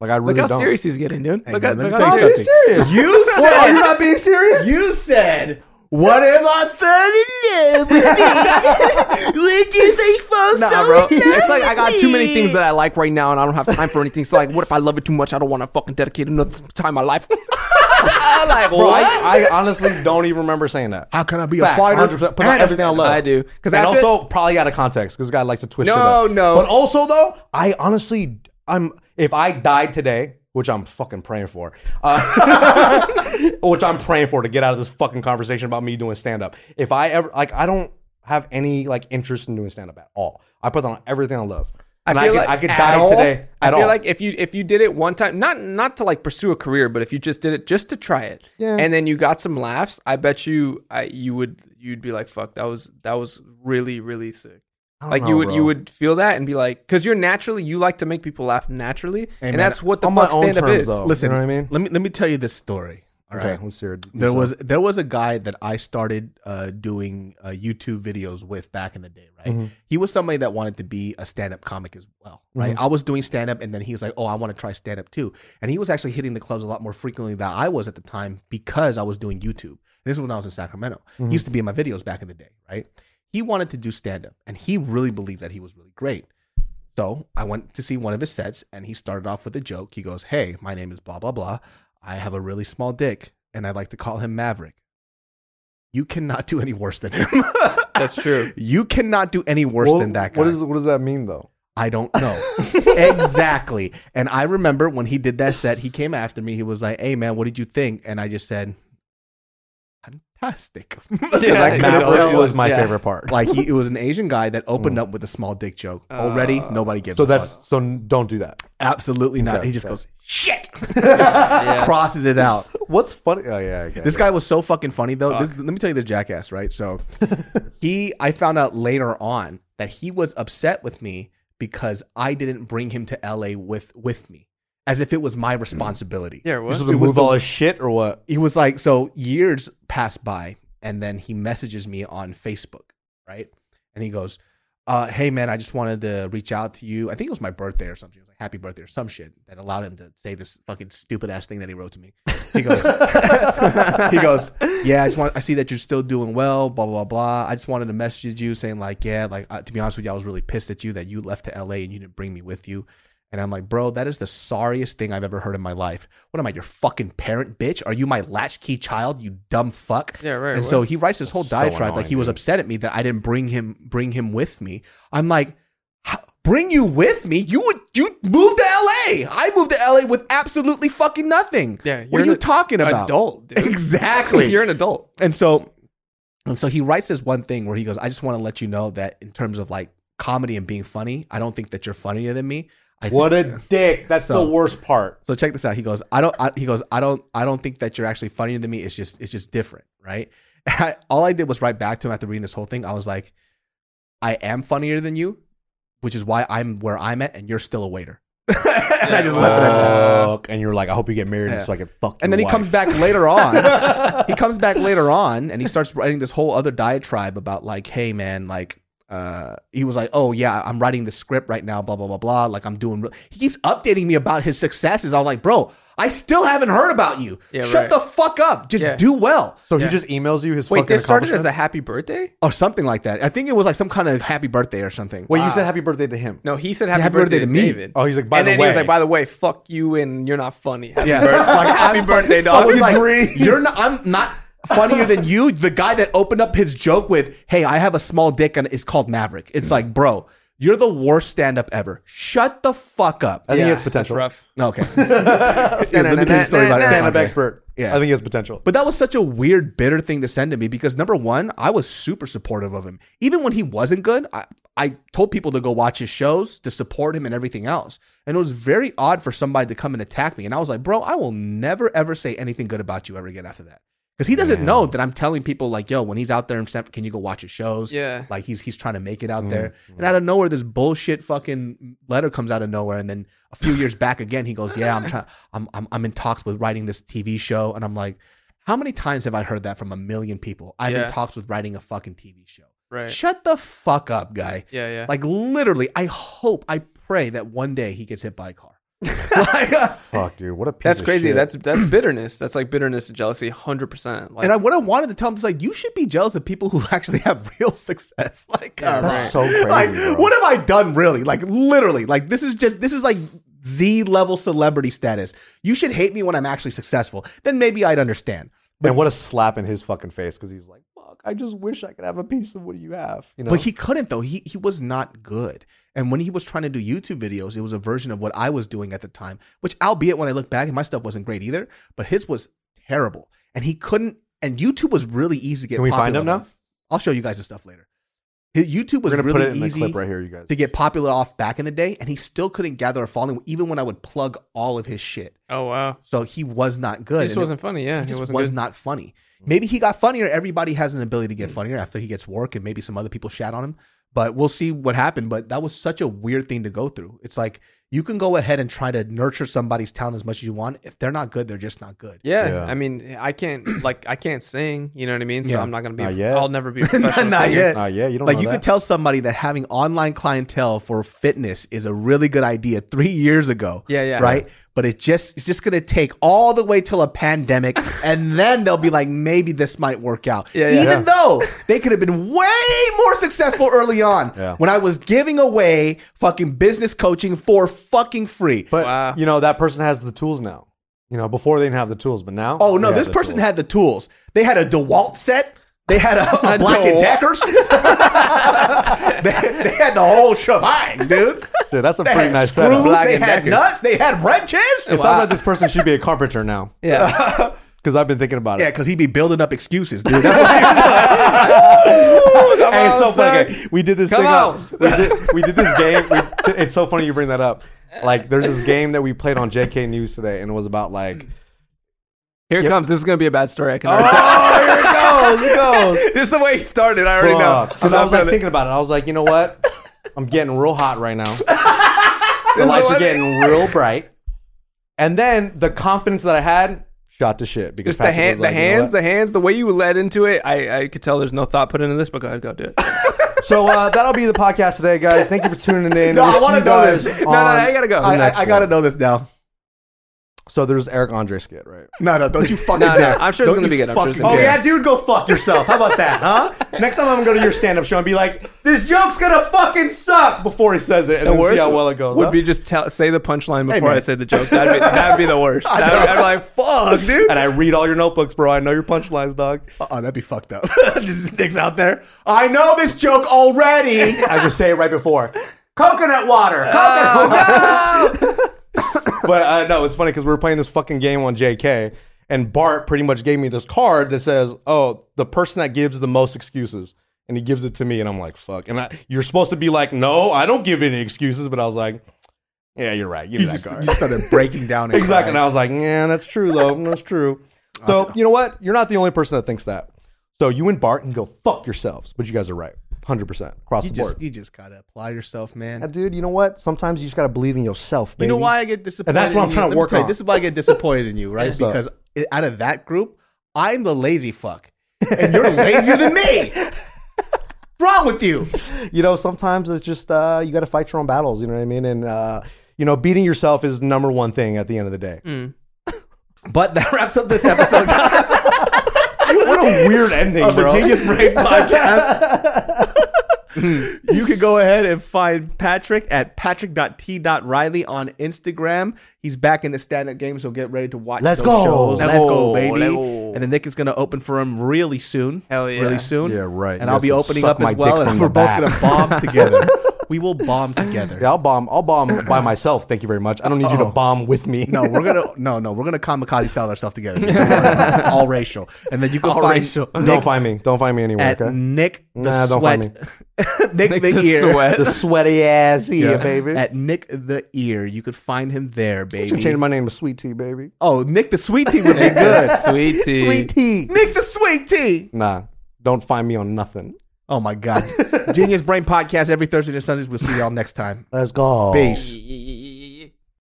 S4: Like I really
S2: Look how
S4: don't.
S2: serious he's getting, dude.
S3: Hey,
S2: Look
S3: man,
S2: at
S3: let me
S2: look
S3: tell
S2: how
S3: you
S4: Are you
S2: serious.
S4: serious?
S3: You
S4: Wait, are you not being serious?
S3: you said, "What am I falling in love
S2: Nah, bro. It's like I got too many things that I like right now, and I don't have time for anything. So like, what if I love it too much? I don't want to fucking dedicate another time of my life. I'm like,
S4: Bro,
S2: what?
S4: I, I honestly don't even remember saying that.
S3: How can I be
S4: Facts,
S3: a fighter?"
S4: 100%. Put out
S3: and a-
S4: everything I love.
S2: I do. 'Cause
S4: and
S2: after-
S4: also probably out of context because guy likes to twist.
S2: No,
S4: it up.
S2: no.
S4: But also though, I honestly, I'm if I died today, which I'm fucking praying for, uh, which I'm praying for to get out of this fucking conversation about me doing stand up. If I ever like, I don't have any like interest in doing stand up at all. I put on everything I love. And I,
S2: feel
S4: could,
S2: like
S4: I could
S2: at
S4: die
S2: all-
S4: today.
S2: I
S4: At
S2: feel
S4: all.
S2: like if you if you did it one time, not not to like pursue a career, but if you just did it just to try it,
S4: Yeah.
S2: and then you got some laughs, I bet you I you would you'd be like, fuck, that was that was really really sick.
S4: I don't
S2: Like you
S4: know,
S2: would
S4: bro.
S2: you would feel that and be like, because you're naturally you like to make people laugh naturally,
S3: man,
S2: and that's what the
S4: on my
S2: fuck
S4: own
S2: stand up
S4: terms,
S2: is.
S4: though.
S3: Listen,
S4: You know what I mean?
S3: Let me let me tell you this story. All right.
S4: Okay, let's hear it.
S3: There was there was a guy that I started uh, doing uh, YouTube videos with back in the day, right? He was somebody that wanted to be a stand up comic as well, right? I was doing stand up, and then he's like, "Oh, I want to try stand up too," and he was actually hitting the clubs a lot more frequently than I was at the time because I was doing YouTube. This is when I was in Sacramento. He used to be in my videos back in the day, right? He wanted to do stand up, and he really believed that he was really great. So I went to see one of his sets, and he started off with a joke. He goes, "Hey, my name is blah blah blah. I have a really small dick, and I'd like to call him Maverick. You cannot do any worse than him.
S2: That's true.
S3: you cannot do any worse
S4: Well,
S3: than that guy.
S4: What, is, what does that mean though?
S3: I don't know exactly." And I remember when he did that set, he came after me. He was like, "Hey, man, what did you think?" And I just said, "Fantastic." 'Cause I
S2: Yeah,
S3: couldn't
S2: exactly.
S3: tell-
S4: Maverick was my
S2: Yeah.
S4: favorite part.
S3: Like he, it was an Asian guy that opened up with a small dick joke. Already, nobody gives.
S4: So
S3: a fuck.
S4: that's so n- don't do that.
S3: Absolutely not.
S4: Okay,
S3: he just
S4: okay.
S3: goes, shit, crosses it out.
S4: What's funny? Oh yeah, okay.
S3: This guy was so fucking funny though. This, let me tell you this jackass, right? So he, I found out later on that he was upset with me because I didn't bring him to LA with, with me as if it was my responsibility.
S2: Yeah, what?
S4: Just supposed to
S3: It was
S4: move
S3: the-
S4: all his shit or what?
S3: He was like, so years pass by and then he messages me on Facebook, right? And he goes, uh, hey man, I just wanted to reach out to you. I think it was my birthday or something. It was like happy birthday or some shit that allowed him to say this fucking stupid ass thing that he wrote to me. He goes, he goes, yeah, I just want. I see that you're still doing well. Blah blah blah. I just wanted to message you saying like, yeah, like uh, to be honest with you, I was really pissed at you that you left to LA and you didn't bring me with you. And I'm like, bro, that is the sorriest thing I've ever heard in my life. What am I, your fucking parent, bitch? Are you my latchkey child, you dumb fuck?
S2: Yeah, right,
S3: And
S2: what?
S3: so he writes this whole
S4: so
S3: diatribe like
S4: annoying,
S3: he was
S4: dude.
S3: upset at me that I didn't bring him bring him with me. I'm like, "How- bring you with me? You would you moved to LA? I moved to LA with absolutely fucking nothing.
S2: Yeah,
S3: what are
S2: you're
S3: you
S2: an
S3: talking about?
S2: Adult, dude.
S3: Exactly.
S2: you're an adult.
S3: and so and so he writes this one thing where he goes, I just want to let you know that in terms of like comedy and being funny, I don't think that you're funnier than me. I think-
S4: What a dick! That's
S3: So-
S4: the worst part.
S3: so check this out. He goes, I don't. I, he goes, I don't. I don't think that you're actually funnier than me. It's just, it's just different, right? I, all I did was write back to him after reading this whole thing. I was like, I am funnier than you, which is why I'm where I'm at, and you're still a waiter. and I just left it at that.
S4: Fuck. And you're like, I hope you get married
S3: Yeah.
S4: so I can fuck.
S3: And
S4: your
S3: then he
S4: wife.
S3: comes back later on. he comes back later on and he starts writing this whole other diatribe about like, hey man, like uh he was like, Oh yeah, I'm writing the script right now, blah blah blah blah. Like I'm doing re-. he keeps updating me about his successes. I'm like, bro, I still haven't heard about you.
S2: Yeah,
S3: Shut
S2: right.
S3: the fuck up. Just
S2: Yeah.
S3: do well.
S4: So
S2: Yeah.
S4: he just emails you his.
S2: Wait,
S4: fucking
S2: this started as a
S4: accomplishments?
S2: happy birthday?
S3: Or something like that. I think it was like some kind of happy birthday or something.
S4: Wait, you said happy birthday to him.
S2: No, he said happy,
S3: happy birthday
S2: birthday, to
S3: to me.
S2: David.
S4: Oh, he's like, by
S2: and
S4: the
S2: then he was
S4: way.
S2: like, by the way, fuck you, and you're not funny. Happy
S3: Yeah.
S2: birthday. like happy birthday,
S3: I
S2: dog.
S3: was like,
S4: dreams.
S3: you're not. I'm not funnier than you. The guy that opened up his joke with, "Hey, I have a small dick and it's called Maverick." It's like, bro, you're the worst stand-up ever. Shut the fuck up.
S4: I think he
S2: Yeah,
S4: has potential.
S2: That's rough.
S3: Okay. Here, let me tell you a story about
S4: Stand up
S3: Eric Andre.
S4: expert. I think he has potential.
S3: But that was such a weird, bitter thing to send to me because number one, I was super supportive of him. Even when he wasn't good, I, I told people to go watch his shows to support him and everything else. And it was very odd for somebody to come and attack me. And I was like, bro, I will never, ever say anything good about you ever again after that. Because he doesn't
S4: Yeah.
S3: know that I'm telling people, like, yo, when he's out there in San can you go watch his shows?
S2: Yeah.
S3: Like he's he's trying to make it
S2: Mm-hmm.
S3: out there. And out of nowhere, this bullshit fucking letter comes out of nowhere. And then a few years back again, he goes, "Yeah, I'm trying. I'm, I'm I'm in talks with writing this TV show." And I'm like, "How many times have I heard that from a million people? I'm
S2: Yeah.
S3: in talks with writing a fucking TV show.
S2: Right.
S3: Shut the fuck up, guy.
S2: Yeah, yeah.
S3: Like literally, I hope, I pray that one day he gets hit by a car. Like, uh,
S4: Fuck, dude, what a piece.
S2: that's
S4: of
S2: crazy.
S4: shit.
S2: That's that's bitterness. That's like bitterness and jealousy, hundred percent. Like
S3: and I, what I wanted to tell him is like, you should be jealous of people who actually have real success. Like,
S2: Yeah,
S3: uh,
S2: right.
S4: That's so crazy.
S3: like
S4: bro.
S3: what have i done really like literally like this is just this is like z level celebrity status you should hate me when i'm actually successful then maybe i'd understand
S4: and what a slap in his fucking face because he's like, "Fuck, I just wish I could have a piece of what you have." You know,
S3: but he couldn't though he he was not good and when he was trying to do youtube videos it was a version of what i was doing at the time which albeit when i look back my stuff wasn't great either but his was terrible and he couldn't and youtube was really easy to get
S4: Can we find
S3: popular
S4: him now?
S3: with. i'll show you guys his stuff later his youtube was
S4: we're gonna
S3: really
S4: put it in
S3: easy
S4: the clip right here, you guys.
S3: to get popular off back in the day, and he still couldn't gather a following even when I would plug all of his shit.
S2: oh wow,
S3: So he was not good.
S2: it just
S3: and it-
S2: wasn't funny. Yeah,
S3: he
S2: it
S3: just
S2: wasn't
S3: was
S2: good. Mm.
S3: not funny. Maybe he got funnier. Everybody has an ability to get funnier after he gets work, and maybe some other people shat on him. But we'll see what happened. But that was such a weird thing to go through. It's like you can go ahead and try to nurture somebody's talent as much as you want. If they're not good, they're just not good.
S2: Yeah,
S4: Yeah.
S2: I mean, I can't like I can't sing. You know what I mean? So
S3: Yeah.
S2: I'm not gonna be.
S4: Not yet.
S2: I'll never be. A professional
S3: Not
S2: singer.
S3: yet.
S4: Ah, yeah, you don't
S3: like
S4: know
S3: you
S4: that.
S3: could tell somebody that having online clientele for fitness is a really good idea three years ago.
S2: Yeah, yeah.
S3: Right. But it just it's just gonna take all the way till a pandemic and then they'll be like, maybe this might work out.
S2: Yeah, yeah.
S3: Even
S2: Yeah.
S3: though they could have been way more successful early on
S4: Yeah.
S3: when I was giving away fucking business coaching for fucking free.
S4: but
S2: Wow.
S4: you know that person has the tools now. You know, before they didn't have the tools, but now.
S3: Oh no,
S4: they have
S3: this
S4: the
S3: person
S4: tools.
S3: had the tools. They had a DeWalt set. They had a, a
S2: A
S3: Black and
S2: DeWalt.
S3: Deckers. they, they had the whole shebang, dude.
S4: Shit, that's a
S3: They
S4: pretty
S3: had
S4: nice
S3: screws.
S4: setup.
S2: Black
S3: they
S2: and
S3: had
S2: Decker.
S3: nuts. They had wrenches.
S4: It sounds like this person should be a carpenter now
S2: Yeah.
S4: because I've been thinking about
S3: yeah,
S4: it.
S3: because he'd be building up excuses, dude. That's what he was
S2: Come
S4: Hey, it's
S2: on,
S4: so funny.
S2: son.
S4: okay, We did this
S2: Come
S4: thing.
S2: on.
S4: on- We did, we did this game. We, it's so funny you bring that up. Like, there's this game that we played on JK News today, and it was about like.
S2: Here it comes. This is gonna be a bad story. I can. already tell.
S4: Oh, here it goes. It goes.
S2: Just the way he started. I already know.
S4: Because I was like thinking about it. I was like, you know what? I'm getting real hot right now. the lights are
S2: what-
S4: getting real bright. And then the confidence that I had shot to shit because
S2: Just the,
S4: Patrick
S2: hand,
S4: was like,
S2: the
S4: you know
S2: hands,
S4: what?
S2: the hands, the way you led into it, I, I could tell there's no thought put into this, but go ahead, go do it.
S4: So uh, that'll be the podcast today, guys. Thank you for tuning in.
S3: No, I
S4: We'll see
S3: wanna
S4: you
S3: know
S4: guys
S3: this.
S2: No, no,
S4: on-
S2: no, you gotta go.
S3: I,
S4: next
S3: I, I gotta
S4: one.
S3: know this now.
S4: So there's Eric Andre skit, right?
S3: No, no, don't you fucking
S2: No, no,
S3: dare.
S2: I'm sure it's
S3: Don't
S2: gonna
S3: you
S2: be good. I'm sure it's
S3: fucking
S2: gonna
S4: Oh
S2: be
S4: yeah.
S2: good.
S3: dare.
S4: dude, go fuck yourself. How about that, huh? Next time I'm gonna go to your stand-up show and be like, "This joke's gonna fucking suck" before he says it, and then see how well it goes.
S2: would
S4: huh?
S2: be just tell, say the punchline before
S3: man.
S2: I say the joke. That'd be, that'd be the worst. That'd be, I'd be like, fuck, dude.
S4: and I read all your notebooks, bro. I know your punchlines, dog.
S3: Uh-oh, that'd be fucked up. this is Nick's out there. I know this joke already.
S4: I just say it right before. Coconut water. Coconut
S3: Oh,
S4: water. but uh, no, it's funny because we were playing this fucking game on JK, and Bart pretty much gave me this card that says, "Oh, the person that gives the most excuses." And he gives it to me, and I'm like, "Fuck!" And I, you're supposed to be like, "No, I don't give any excuses," but I was like, "Yeah, you're right. Give me
S3: you
S4: that
S3: just,
S4: card."
S3: you started breaking down. and
S4: Exactly. And
S3: crying.
S4: I was like, yeah, that's true, though. That's true. So, you know what? You're not the only person that thinks that. So, you and Bart can go fuck yourselves. But you guys are right. 100% across
S3: You
S4: the
S3: just,
S4: board.
S3: you just gotta apply yourself, man.
S4: Yeah, dude, you know what? Sometimes you just got to believe in yourself, baby.
S3: You know why I get disappointed?
S4: that's what
S3: in
S4: I'm
S3: you?
S4: trying to
S3: Let me
S4: work
S3: tell you,
S4: on.
S3: This is why I get disappointed in you, right?
S4: so-
S3: because i- out of that group, I'm the lazy fuck, and you're lazier than me. What's wrong with you?
S4: You know, sometimes it's just uh, you got to fight your own battles. You know what I mean? And, uh, you know, beating yourself is number one thing at the end of the day.
S3: Mm. But that wraps up this episode guys,
S4: What a weird ending,
S3: of the
S4: bro.
S3: Genius Brain podcast. you can go ahead and find Patrick at patrick.t.riley on Instagram. He's back in the stand-up game, so get ready to watch
S4: Let's
S3: those
S4: go.
S3: shows.
S4: Let's
S3: Let's
S2: go.
S3: go, baby.
S2: Let's go.
S3: And then Nick is going to open for him really soon.
S2: Hell yeah.
S3: Really soon.
S4: Yeah, right.
S3: And
S4: You
S3: I'll
S4: guys
S3: be
S4: can
S3: opening
S4: suck
S3: up
S4: my
S3: as
S4: dick
S3: well,
S4: from
S3: and
S4: the
S3: we're both
S4: back.
S3: going to bomb together. We will bomb together.
S4: Yeah, I'll bomb. I'll bomb by myself. Thank you very much. I don't need you to bomb with
S3: Oh.
S4: me.
S3: No, we're gonna no no we're gonna kamikaze style ourselves together. Don't worry about it. All racial, and then you can
S2: All
S3: find
S2: racial.
S3: Nick
S4: don't find me. Don't find me anywhere.
S3: at
S4: okay?
S3: Nick the
S4: Nah, don't find
S3: sweat. Nick,
S2: Nick
S3: the,
S2: the
S3: ear.
S2: Sweat.
S4: The sweaty ass here,
S3: Yeah.
S4: baby.
S3: At Nick the ear, you could find him there, baby.
S4: should change my name to Sweet Tea, baby.
S3: oh, Nick the sweet tea would be good.
S2: Sweet tea.
S4: Sweet Tea.
S3: Nick the sweet tea.
S4: Nah, don't find me on nothing.
S3: Oh my god, Genius Brain Podcast every Thursday and Sundays. We'll see y'all next time.
S4: Let's go.
S3: Peace.
S2: tea.